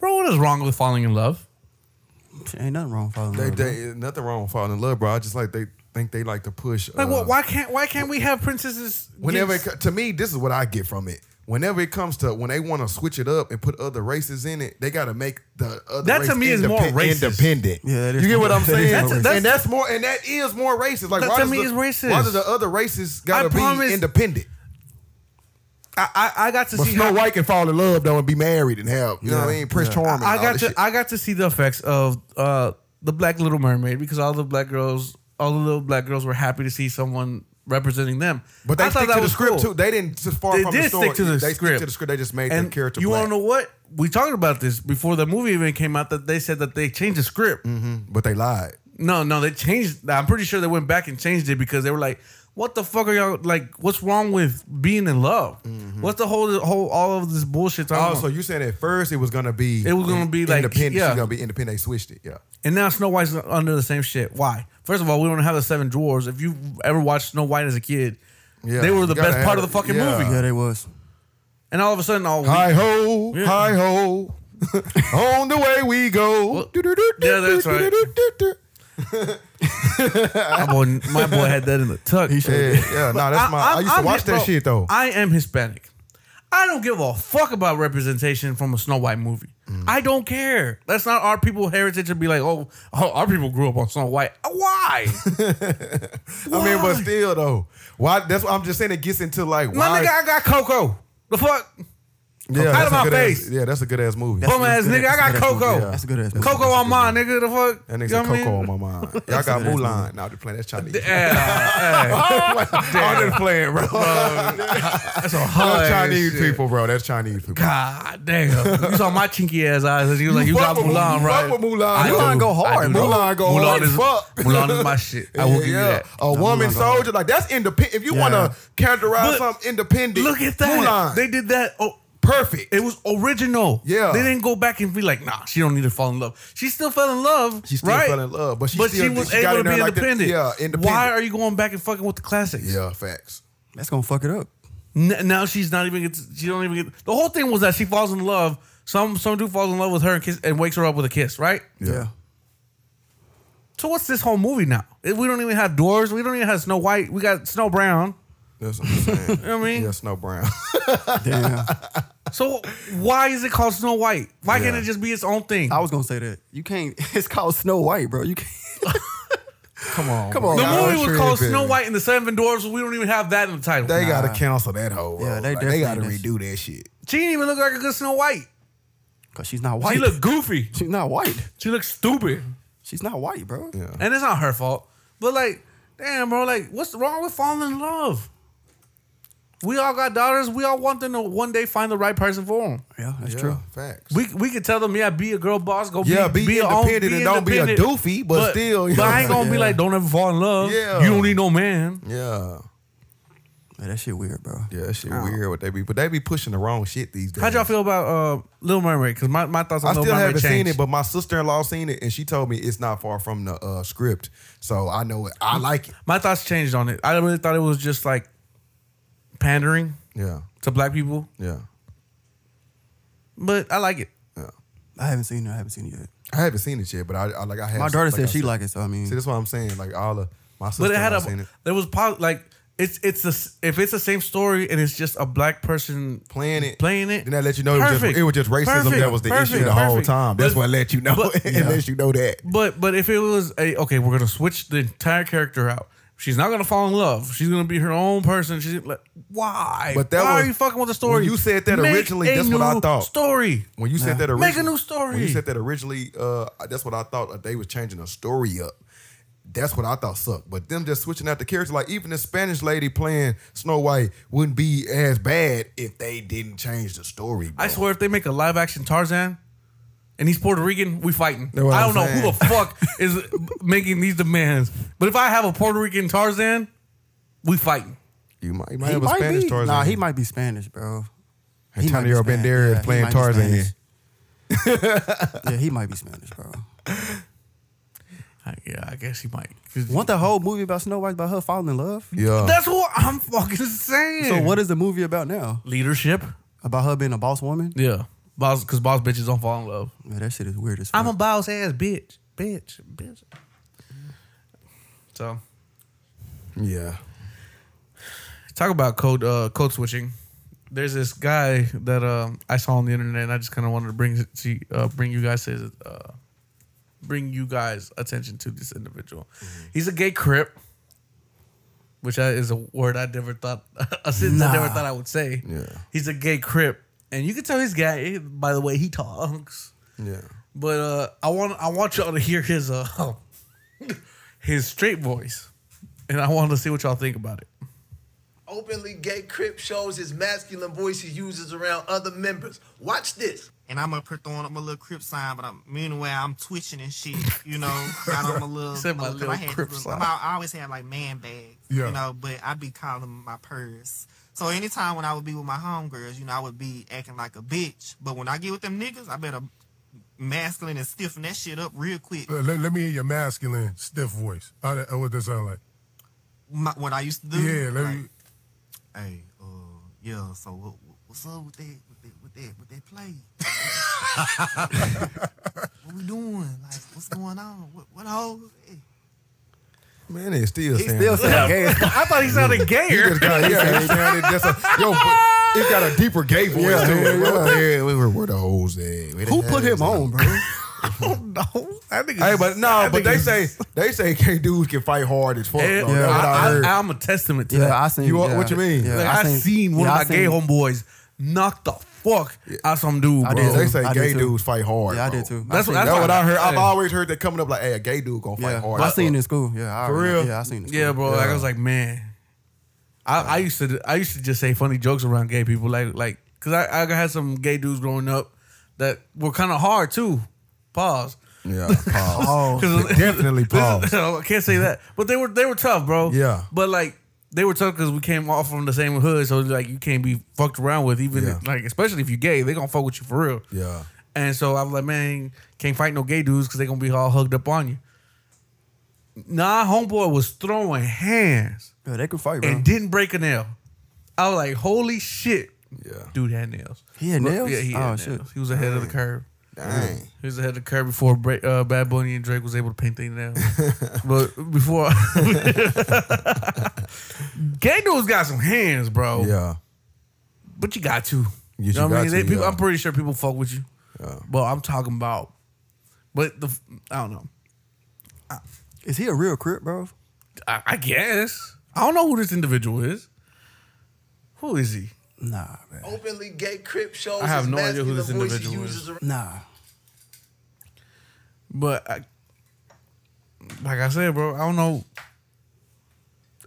S1: Bro, what is wrong with falling in love?
S2: Ain't nothing wrong with falling in
S3: They,
S2: love. bro.
S3: they, nothing wrong with falling in love, bro. I just like they think they like to push.
S1: Like,
S3: uh,
S1: what, why can't why can't we have princesses?
S3: Whenever it,
S1: get-
S3: co- to me, this is what I get from it. Whenever it comes to when they want to switch it up and put other races in it, they got to make the other
S1: that
S3: race
S1: to me is more
S3: independ-
S1: racist.
S3: Independent.
S2: Yeah, that
S3: You get what I'm saying?
S1: That's-
S3: and that's more and that is more racist. Like
S1: That
S3: why
S1: to
S3: does
S1: me
S3: the,
S1: is racist.
S3: Why do the other races gotta
S1: promise-
S3: be independent?
S1: I, I, I got to
S3: But
S1: see
S3: Snow
S1: how-
S3: White can fall in love though and be married and have you know what I mean Prince Charming.
S1: I, I
S3: and all
S1: got
S3: this
S1: to
S3: shit.
S1: I got to see the effects of uh, the Black Little Mermaid because all the black girls, all the little black girls were happy to see someone representing them.
S3: But they
S1: I thought
S3: stick
S1: that
S3: to the
S1: was
S3: script
S1: cool.
S3: too. They didn't just far
S1: They
S3: from
S1: did
S3: the story.
S1: stick to the
S3: they stick
S1: script.
S3: to the script. They just made
S1: and
S3: their character.
S1: You
S3: black.
S1: want to know what? We talked about this before the movie even came out that they said that they changed the script.
S3: But they lied.
S1: No, no, they changed. I'm pretty sure they went back and changed it because they were like, "What the fuck are y'all like? What's wrong with being in love?
S3: Mm-hmm.
S1: What's the whole whole all of this bullshit?" Talking
S3: Oh,
S1: about?
S3: so you saying at first it was gonna be
S1: It was gonna be like-
S3: independent.
S1: yeah.
S3: She's gonna be independent. They switched it. Yeah.
S1: And now Snow White's under the same shit. Why? First of all, we don't have the Seven Dwarves. If you ever watched Snow White as a kid,
S3: Yeah,
S1: they were the
S3: you gotta
S1: best part of the
S3: have-
S1: fucking
S3: yeah.
S1: movie.
S3: Yeah,
S2: they was.
S1: And all of a sudden, oh, all
S3: Hi ho,
S1: Yeah.
S3: hi ho. On the way we go.
S1: Yeah, that's right. my, boy, my boy had that in the tuck. He
S3: should. Yeah, yeah, nah, that's my- I used to watch that shit, though.
S1: I am Hispanic. I don't give a fuck about representation from a Snow White movie.
S3: Mm.
S1: I don't care. That's not our people heritage to be like, oh, oh, our people grew up on Snow White. Uh, Why?
S3: I mean, but still though, why? That's what I'm just saying. It gets into like
S1: My
S3: why.
S1: nigga, I got Coco. The fuck?
S3: yeah,
S1: out
S3: that's
S1: of
S3: a
S1: my
S3: good ass-
S1: face.
S3: yeah, that's a good ass movie.
S1: Bum ass nigga, I got Coco.
S3: Yeah.
S1: Coco on mine, nigga. The fuck?
S3: That
S1: You
S3: nigga
S1: know what
S3: said
S1: I mean?
S3: Coco on my mind. Y'all got Mulan. Now just playing. That's Chinese.
S1: Yeah.
S3: I'm just playing, bro.
S1: That's a hard
S3: That's
S1: ass
S3: Chinese
S1: shit.
S3: people, bro. That's Chinese people.
S1: God damn. You saw my chinky ass eyes and you was like, you, got
S3: fuck with
S1: Mulan,
S3: Mu- you
S1: right?
S3: fuck with Mulan.
S1: I
S3: Mulan
S1: do.
S3: go
S1: I
S3: hard,
S1: do.
S3: bro. Mulan go hard
S1: Is,
S3: as fuck.
S1: Mulan is my shit. I will give you that.
S3: A woman soldier, like that's independent. If you
S1: Yeah.
S3: want to characterize
S1: But
S3: something independent,
S1: Look at that.
S3: Mulan.
S1: They did that. Oh,
S3: perfect.
S1: It was original.
S3: Yeah.
S1: They didn't go back and be like, nah, she don't need to fall in love. She still fell in love.
S3: She still
S1: right?
S3: fell in love, but she still-
S1: she was
S3: she got
S1: able
S3: in
S1: to be
S3: there like that.
S1: independent.
S3: Yeah,
S1: Why
S3: independent.
S1: are you going back and fucking with the classics?
S3: yeah, facts.
S2: That's gonna fuck it up.
S1: N- now she's not even. Get to- she don't even get. The whole thing was that she falls in love. Some some dude falls in love with her and kiss and wakes her up with a kiss, right?
S3: Yeah.
S1: So what's this whole movie now? If We don't even have doors. We don't even have Snow White. We got Snow Brown.
S3: That's what I'm saying.
S1: You know what I mean?
S3: Yeah, Snow Brown.
S1: So why is it called Snow White? Why can't it just be its own thing?
S2: I was gonna say that. You can't. It's called Snow White, bro. You can't.
S3: Come on.
S2: Come on.
S1: the
S2: bro.
S1: movie was called Snow White and the Seven Dwarfs. We don't even have that in the title.
S3: They
S1: got
S3: gotta cancel that whole. Yeah, they
S1: definitely
S3: they gotta
S1: need
S3: redo that shit.
S1: She didn't even look like a good Snow White.
S2: Cause she's not white.
S1: She look goofy.
S2: She's not white.
S1: She looks stupid.
S2: She's not white, bro.
S3: Yeah.
S1: And it's not her fault. But like, damn, bro, like, what's wrong with falling in love? We all got daughters. We all want them to one day find the right person for them.
S2: Yeah, that's
S3: Yeah,
S2: true.
S3: Facts.
S1: We, we could tell them, yeah, be a girl boss, go
S3: Yeah,
S1: be,
S3: be
S1: your own-
S3: independent and don't be a
S1: independent.
S3: doofy, but still, you
S1: But
S3: know
S1: I ain't
S3: what I'm
S1: gonna be
S3: saying?
S1: like, don't ever fall in love.
S3: Yeah.
S1: you don't need no man.
S3: Yeah.
S2: Man, that shit weird, bro.
S3: Yeah, that shit weird. What they be, but they be pushing the wrong shit these days.
S1: How'd y'all feel about uh, Little Mermaid? Because my, my thoughts on
S3: I
S1: Little
S3: still
S1: Mermaid
S3: haven't seen
S1: changed.
S3: it, but my sister in law seen it, and she told me it's not far from the uh, script. So I know it. I like it.
S1: My thoughts changed on it. I really thought it was just like pandering
S3: Yeah,
S1: to black people,
S3: yeah.
S1: but I like it.
S2: I haven't seen it. I haven't seen it yet.
S3: I haven't seen it yet, but I, I like. I have
S2: My daughter said
S3: I
S2: she
S3: said-
S2: like it, so I mean-
S3: see, that's what I'm saying. Like all of my sister
S1: But it had a
S3: seen it.
S1: there was pos- like it's it's a, s- if it's the same story and it's just a black person
S3: playing it
S1: playing it
S3: Then that let you know it was just- it was just racism that was the issue the whole time. That's what let you know. It lets you know that.
S1: But but if it was a okay, we're gonna switch the entire character out. She's not gonna fall in love. She's gonna be her own person. She's like, why?
S3: But that
S1: why
S3: was-
S1: are you fucking with the
S3: When
S1: story?
S3: you said that
S1: Make
S3: originally,
S1: a
S3: that's what I
S1: new
S3: thought.
S1: Story.
S3: When you said that originally,
S1: make a new story.
S3: When you said that originally, uh, that's what I thought. uh, They was changing the story up. That's what I thought sucked. But them just switching out the characters, like even the Spanish lady playing Snow White wouldn't be as bad if they didn't change the story.
S1: I swear, if they make a live action Tarzan and he's Puerto Rican, we fighting.
S3: That's what
S1: I don't
S3: I'm
S1: know who
S3: saying.
S1: the fuck is making these demands, but if I have a Puerto Rican Tarzan, we fighting.
S3: You might, you
S2: He might be, Nah, he might be Spanish, bro. He might be
S3: Antonio
S2: Spanish.
S3: Banderas
S2: he
S3: playing
S2: might be
S3: Tarzan.
S2: Spanish. yeah, he might be Spanish, bro.
S1: Yeah, I guess he might.
S2: Want the whole movie about Snow White about her falling in love?
S3: Yeah.
S1: That's what I'm fucking saying.
S2: So what is the movie about now?
S1: Leadership.
S2: About her being a boss woman?
S1: Yeah, boss, because boss bitches don't fall in love.
S2: Man, that shit is weird as fuck.
S1: I'm a boss ass bitch, bitch, bitch. So
S3: Yeah.
S1: Talk about code uh, code switching. There's this guy that uh, I saw on the internet, and I just kind of wanted to bring it to uh, bring you guys his, uh, bring you guys attention to this individual.
S3: Mm-hmm.
S1: He's a gay crip, which I, is a word I never thought a sentence I never
S2: Nah.
S1: thought I would say.
S3: Yeah.
S1: He's a gay crip, and you can tell he's gay by the way he talks.
S3: Yeah.
S1: But uh, I want I want y'all to hear his uh, his straight voice, and I want to see what y'all think about it.
S18: Openly gay Crip shows his masculine voice he uses around other members. Watch this.
S19: And I'm up here throwing up my little crip sign, but I'm meanwhile I'm twitching and shit. You know, got on my little.
S1: Said my
S19: 'cause
S1: little
S19: I had
S1: crip
S19: this
S1: sign.
S19: I, I always had like man bags,
S1: Yeah.
S19: you know, but I'd be calling them my purse. So anytime when I would be with my homegirls, you know, I would be acting like a bitch. But when I get with them niggas, I better masculine and stiffen that shit up real quick.
S20: Let, let- let me hear your masculine, stiff voice. How that, what that sound like?
S19: My, what I used to do.
S20: Yeah, let
S19: like,
S20: me.
S19: Hey, uh, yeah. So what, what's up with that? With that? With that? With that play? what we doing? Like, what's going on? What, what hoes?
S3: Man, it's still
S19: He
S3: sound-
S19: still sound gay.
S1: I thought he sounded gayer.
S3: He just kinda- yeah, he sounded just a, yo, but it got a deeper gay voice
S2: Yeah,
S3: to it, bro.
S2: yeah.
S3: Yeah, we were, where the hoes at? Where the
S2: Who put him
S3: hoes at?
S2: on, bro?
S3: Hey, but no, but they say they say gay dudes can fight hard as fuck.
S1: Yeah,
S3: bro. That's what I, heard.
S1: I, am a testament to
S3: Yeah,
S1: that.
S3: I seen- You are- yeah, what you mean? yeah,
S1: like,
S3: I
S1: I,
S3: seen-
S1: seen, one
S3: yeah, I
S1: of my gay
S3: seen-
S1: homeboys knock the fuck out some dude,
S3: I
S1: bro.
S3: did too. They say I did gay too. dudes fight hard, Yeah, I bro. did too.
S1: That's,
S3: I
S1: what,
S3: seen-
S1: that's
S3: that's what I heard. I've
S1: yeah.
S3: always heard that coming up like, hey, a gay dude gonna fight
S2: Yeah.
S3: hard.
S2: I seen it in school. Yeah, I
S3: for
S2: already-
S3: real.
S2: yeah, I seen it in
S1: Yeah, bro. Like I was
S3: Yeah.
S1: like, man, I, I used to I used to just say funny jokes around gay people, like like because I, I had some gay dudes growing up that were kind of hard too. Pause.
S3: oh, Yeah,
S2: Oh,
S1: 'Cause-
S3: definitely pause.
S1: I can't say that, but they were they were tough, bro.
S3: Yeah.
S1: but like they were tough because we came all from the same hood, so like you can't be fucked around with, even
S3: Yeah.
S1: like especially if you're gay, they gonna fuck with you for real.
S3: Yeah.
S1: And so I was like, man, can't fight no gay dudes because they gonna be all hugged up on you. Nah, homeboy was throwing hands.
S2: Yeah, they could fight, bro.
S1: And didn't break a nail. I was like, holy shit. Yeah. Dude had nails.
S2: He had
S1: Bro-
S2: nails?
S1: Yeah, he had
S2: Oh,
S1: nails.
S2: shit.
S1: He was ahead of the
S2: Dang.
S1: curve.
S2: Dang.
S1: He was ahead of the curve before Bra- uh, Bad Bunny and Drake was able to paint their nails. but before Gay dudes got some hands, bro.
S3: Yeah.
S1: But you got to.
S3: Yes,
S1: know
S3: you
S1: what I mean?
S3: got to,
S1: They- people-
S3: yeah.
S1: I'm pretty sure people fuck with you. But I'm talking about but the I don't know.
S2: Is he a real crip, bro?
S1: I, I guess. I don't know who this individual is. Who is he?
S2: Nah, man.
S18: Openly gay Crip shows
S1: I have
S18: his
S1: no idea who
S18: masculine
S1: this
S18: voice he
S1: individual is.
S18: uses around
S2: Nah.
S1: But I, like I said, bro, I don't know.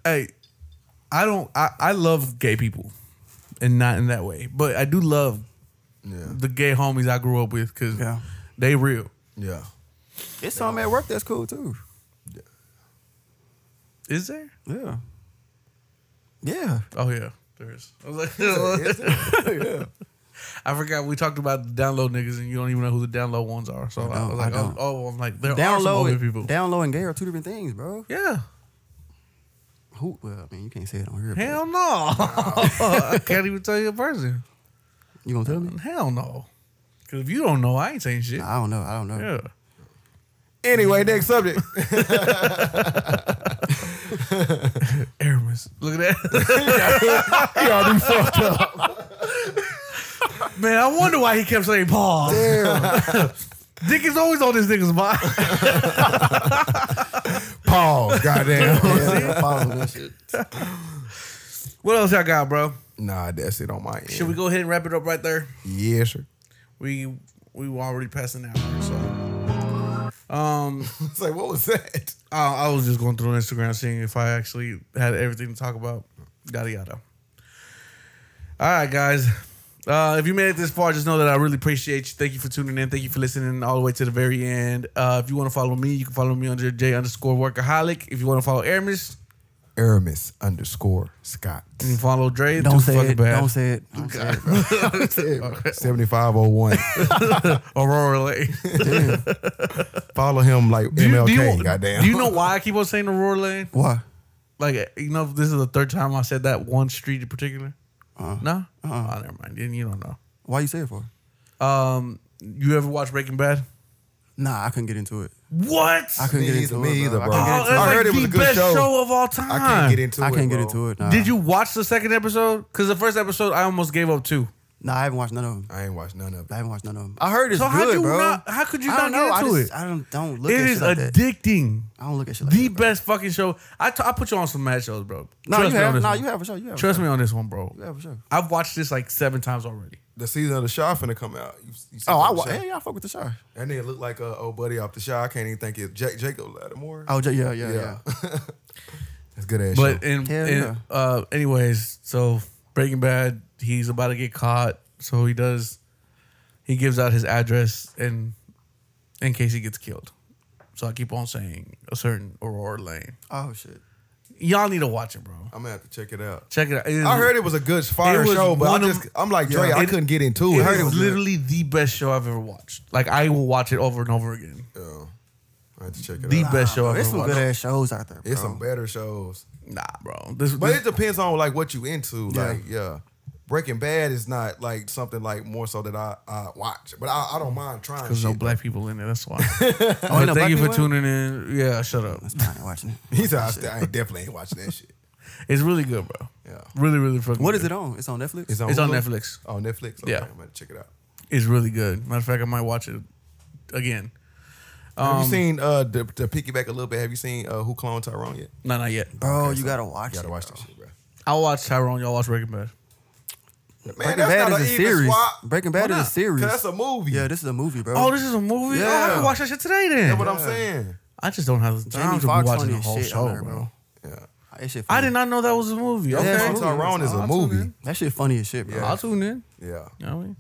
S1: Hey, I don't. I I love gay people, and not in that way, but I do love the gay homies I grew up with because they real.
S3: Yeah.
S2: It's some at work that's cool too.
S1: Is there?
S2: Yeah.
S1: Yeah. Oh yeah, there is. I was like, yeah. I forgot we talked about the download niggas, and you don't even know who the download ones are. So I,
S2: don't,
S1: was like,
S2: I
S1: oh,
S2: don't.
S1: oh, I'm like, there are
S2: down
S1: some
S2: low,
S1: older
S2: and-
S1: people.
S2: Down low and gay are two different things, bro.
S1: Yeah.
S2: Who? Well, I mean, you can't say it on here. but-
S1: Hell no, I can't even tell you in person.
S2: You gonna tell me?
S1: Hell no, because if you don't know, I ain't saying shit.
S2: I don't know. I don't know.
S1: Yeah.
S3: Anyway, next subject.
S1: Aramis. Look at that.
S3: He already fucked
S1: up. Man, I wonder why he kept saying Paul. Dick is always on this nigga's mind.
S3: Pause. Goddamn.
S1: What else y'all got, bro?
S3: Nah, that's it on my end.
S1: Should we go ahead and wrap it up right there?
S3: Yeah, sure.
S1: We we were already passing an hour, so. Um,
S3: it's like what was that?
S1: I, I was just going through Instagram, seeing if I actually had everything to talk about. Yada yada. All right, guys. Uh, if you made it this far, just know that I really appreciate you. Thank you for tuning in. Thank you for listening all the way to the very end. Uh, if you want to follow me, you can follow me under J underscore workaholic. If you want to follow Aramis,
S3: Aramis underscore Scott.
S1: you can follow Dre.
S2: Don't
S1: Too
S2: say
S1: fucking
S2: it.
S1: bad.
S2: Don't say it. Don't say it, bro.
S3: That's it, bro. 7501.
S1: Aurora Lane.
S3: Follow him like
S1: Do you-
S3: MLK,
S1: do you-
S3: goddamn.
S1: Do you know why I keep on saying Aurora Lane?
S2: Why?
S1: Like, you know, this is the third time I said that one street in particular. no? Oh, never mind. You, you don't know.
S2: Why you say it for?
S1: Um, You ever watch Breaking Bad?
S2: Nah, I couldn't get into it.
S1: What?
S2: I couldn't
S1: Me
S2: get
S1: either-
S2: into
S1: me
S2: it.
S1: either,
S2: I
S1: bro.
S2: couldn't get
S1: Oh,
S2: into
S1: that's like the best show of all
S2: I
S1: time.
S2: can't get into it. I can't get into it. Nah.
S1: Did you watch the second episode? Because the first episode, I almost gave up too.
S2: Nah, I haven't watched none of them.
S3: I ain't watched none of them.
S2: I haven't watched none of them. I heard it's
S1: So how'd
S2: good,
S1: you
S2: bro.
S1: not- how could you
S2: I don't
S1: not get
S2: know.
S1: into
S2: I just,
S1: it?
S2: I don't don't look
S1: It
S2: at
S1: is
S2: shit like that.
S1: addicting.
S2: I don't look at shit like
S1: the best fucking show. I, t- I put you on some mad shows, bro.
S2: No, you
S1: me on
S2: have-
S1: this
S2: no,
S1: one.
S2: you have for sure, you have for
S1: Trust
S2: sure.
S1: me on this one, bro.
S2: that. Yeah, for sure.
S1: I've watched this like seven times already.
S3: The season of the Shaw finna come out. You, you see
S2: Oh, I
S3: the
S2: wa-
S3: Shaw?
S2: yeah, yeah, I fuck with the Shaw.
S3: That nigga look like a old buddy off the Shaw. I can't even think it's Jack Jacob Lattimore.
S2: Oh, J- yeah, yeah, yeah.
S3: That's good ass.
S1: But
S3: show.
S1: in,
S3: Hell
S1: in-
S3: yeah.
S1: uh, anyways, so Breaking Bad, he's about to get caught, so he does. He gives out his address, and in case he gets killed, so I keep on saying a certain Aurora Lane.
S2: Oh shit.
S1: Y'all need to watch it, bro.
S3: I'm gonna have to check it out.
S1: Check it out.
S3: I heard it was a good fire
S1: it was
S3: show, but
S1: one
S3: I
S1: of-
S3: just, I'm like Dre, I
S1: It-
S3: couldn't get into it.
S1: It
S3: I heard
S1: is
S3: it was good.
S1: literally the best show I've ever watched. Like I will watch it over and over again.
S3: I have to check it
S1: The
S3: out.
S1: best show I've
S2: There's
S1: ever
S2: some
S1: watched.
S2: good ass shows out there. Bro.
S3: It's some better shows.
S1: Nah, bro. This,
S3: but
S1: this-
S3: it depends on like what you into.
S1: Yeah.
S3: Like, yeah. Breaking Bad is not like something like more so that I, I watch, but I, I don't mind trying.
S1: Because no
S3: shit.
S1: black people in there. That's why.
S3: ain't
S1: but
S3: Oh, no black
S1: thank you for
S3: people in
S1: tuning in. Yeah, shut up.
S2: watching it.
S3: He said, I, st- I ain't- definitely ain't watching that shit.
S1: It's really good, bro.
S3: Yeah.
S1: Really, really fucking.
S2: What
S1: good.
S2: is it on? It's on Netflix.
S1: It's on, it's on
S3: Hulu?
S1: Netflix.
S3: Oh, Netflix. Okay,
S1: Yeah.
S3: I'm gonna check it out.
S1: It's really good. Matter of fact, I might watch it again.
S3: Have
S1: Um,
S3: you seen uh the, the piggyback a little bit? Have you seen uh Who Cloned Tyrone yet?
S1: No, not yet.
S2: Bro, you gotta watch
S3: You gotta
S2: it.
S3: watch that shit, bro.
S1: I'll watch Tyrone. Y'all watch Breaking Bad.
S3: Man,
S2: Breaking
S3: that's
S2: Bad
S3: not an
S2: is a
S3: even
S2: series.
S3: swap.
S2: Breaking
S3: Why
S2: Bad is a
S3: not? 'Cause
S2: series.
S3: That's a movie.
S2: Yeah, this is a movie, bro.
S1: Oh, this is a movie. Oh, I
S3: Yeah.
S1: can watch that shit today then.
S3: That's what I'm saying.
S1: I just don't have the time
S2: Jamie
S1: to be
S2: Foxx
S1: watching
S2: funny
S1: the
S2: as
S1: whole
S2: shit
S1: show,
S2: out there,
S1: bro.
S2: bro.
S3: Yeah.
S2: That shit
S1: I
S2: funny.
S1: did not know that was a movie.
S3: Yeah,
S1: Okay.
S3: Clone Tyrone is a
S1: I'll
S3: movie.
S1: tune
S2: That shit funny as shit, bro.
S1: in. I'll tune in.
S3: Yeah.
S1: You know what I mean?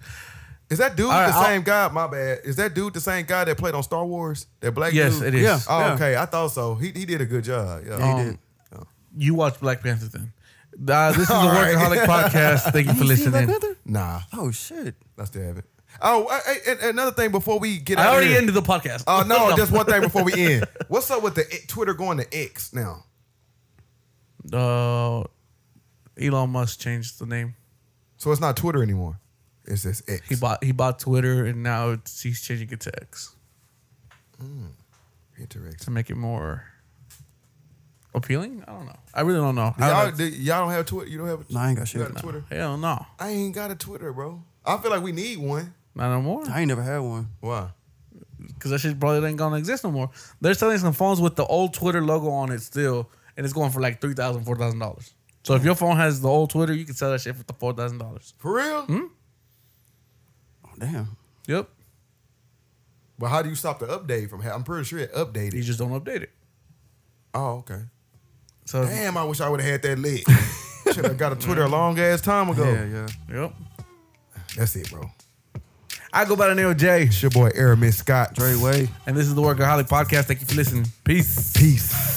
S3: Is that dude
S1: All right,
S3: the
S1: I'll-
S3: same guy? My bad. Is that dude the same guy that played on Star Wars? That black
S1: Yes,
S3: dude?
S1: it is. Yeah,
S3: Oh,
S1: yeah.
S3: okay. I thought so. He he did a good job. Yeah.
S1: Um, You watch Black Panther then. Uh, this is the
S3: All right.
S1: Workaholic Podcast. Thank you for
S2: You seen Black
S1: listening.
S2: Panther?
S3: Nah,
S2: Oh shit.
S3: I still haven't. Oh, I, I- and- another thing before we get
S1: I
S3: out of
S1: already
S3: here.
S1: ended the podcast.
S3: Oh, no, just one thing before we end. What's up with the I- Twitter going to X now?
S1: Uh, Elon Musk changed the name.
S3: So it's not Twitter anymore. It's just X.
S1: He bought he bought Twitter, and now it's, he's changing it to X
S3: Interact.
S1: to make it more appealing. I don't know. I really don't know. I
S3: Y'all,
S1: don't-
S3: do- y'all don't have Twitter. You don't have.
S2: Nah, I ain't got
S3: you
S2: shit.
S3: got a Twitter.
S1: Hell no,
S3: I ain't got a Twitter, bro. I feel like we need one.
S1: not no more.
S2: I ain't never had one.
S3: Why?
S1: Because that shit probably ain't gonna exist no more. They're selling some phones with the old Twitter logo on it still, and it's going for like three thousand, four thousand dollars. So if your phone has the old Twitter, you can sell that shit for the four thousand dollars.
S3: For real?
S2: Oh, damn.
S1: Yep.
S3: But how do you stop the update from? ha- I'm pretty sure it updated.
S1: You just don't update it.
S3: Oh, okay.
S1: So
S3: Damn, I wish I would have had that lit. Should have got a Twitter a long ass time ago.
S2: Yeah, yeah.
S1: Yep.
S3: That's it, bro.
S1: I go by the name of Jay.
S3: It's your boy Aramis Scott.
S2: Dre Way.
S1: And this is the Workaholic Podcast. Thank you for listening. Peace.
S3: Peace.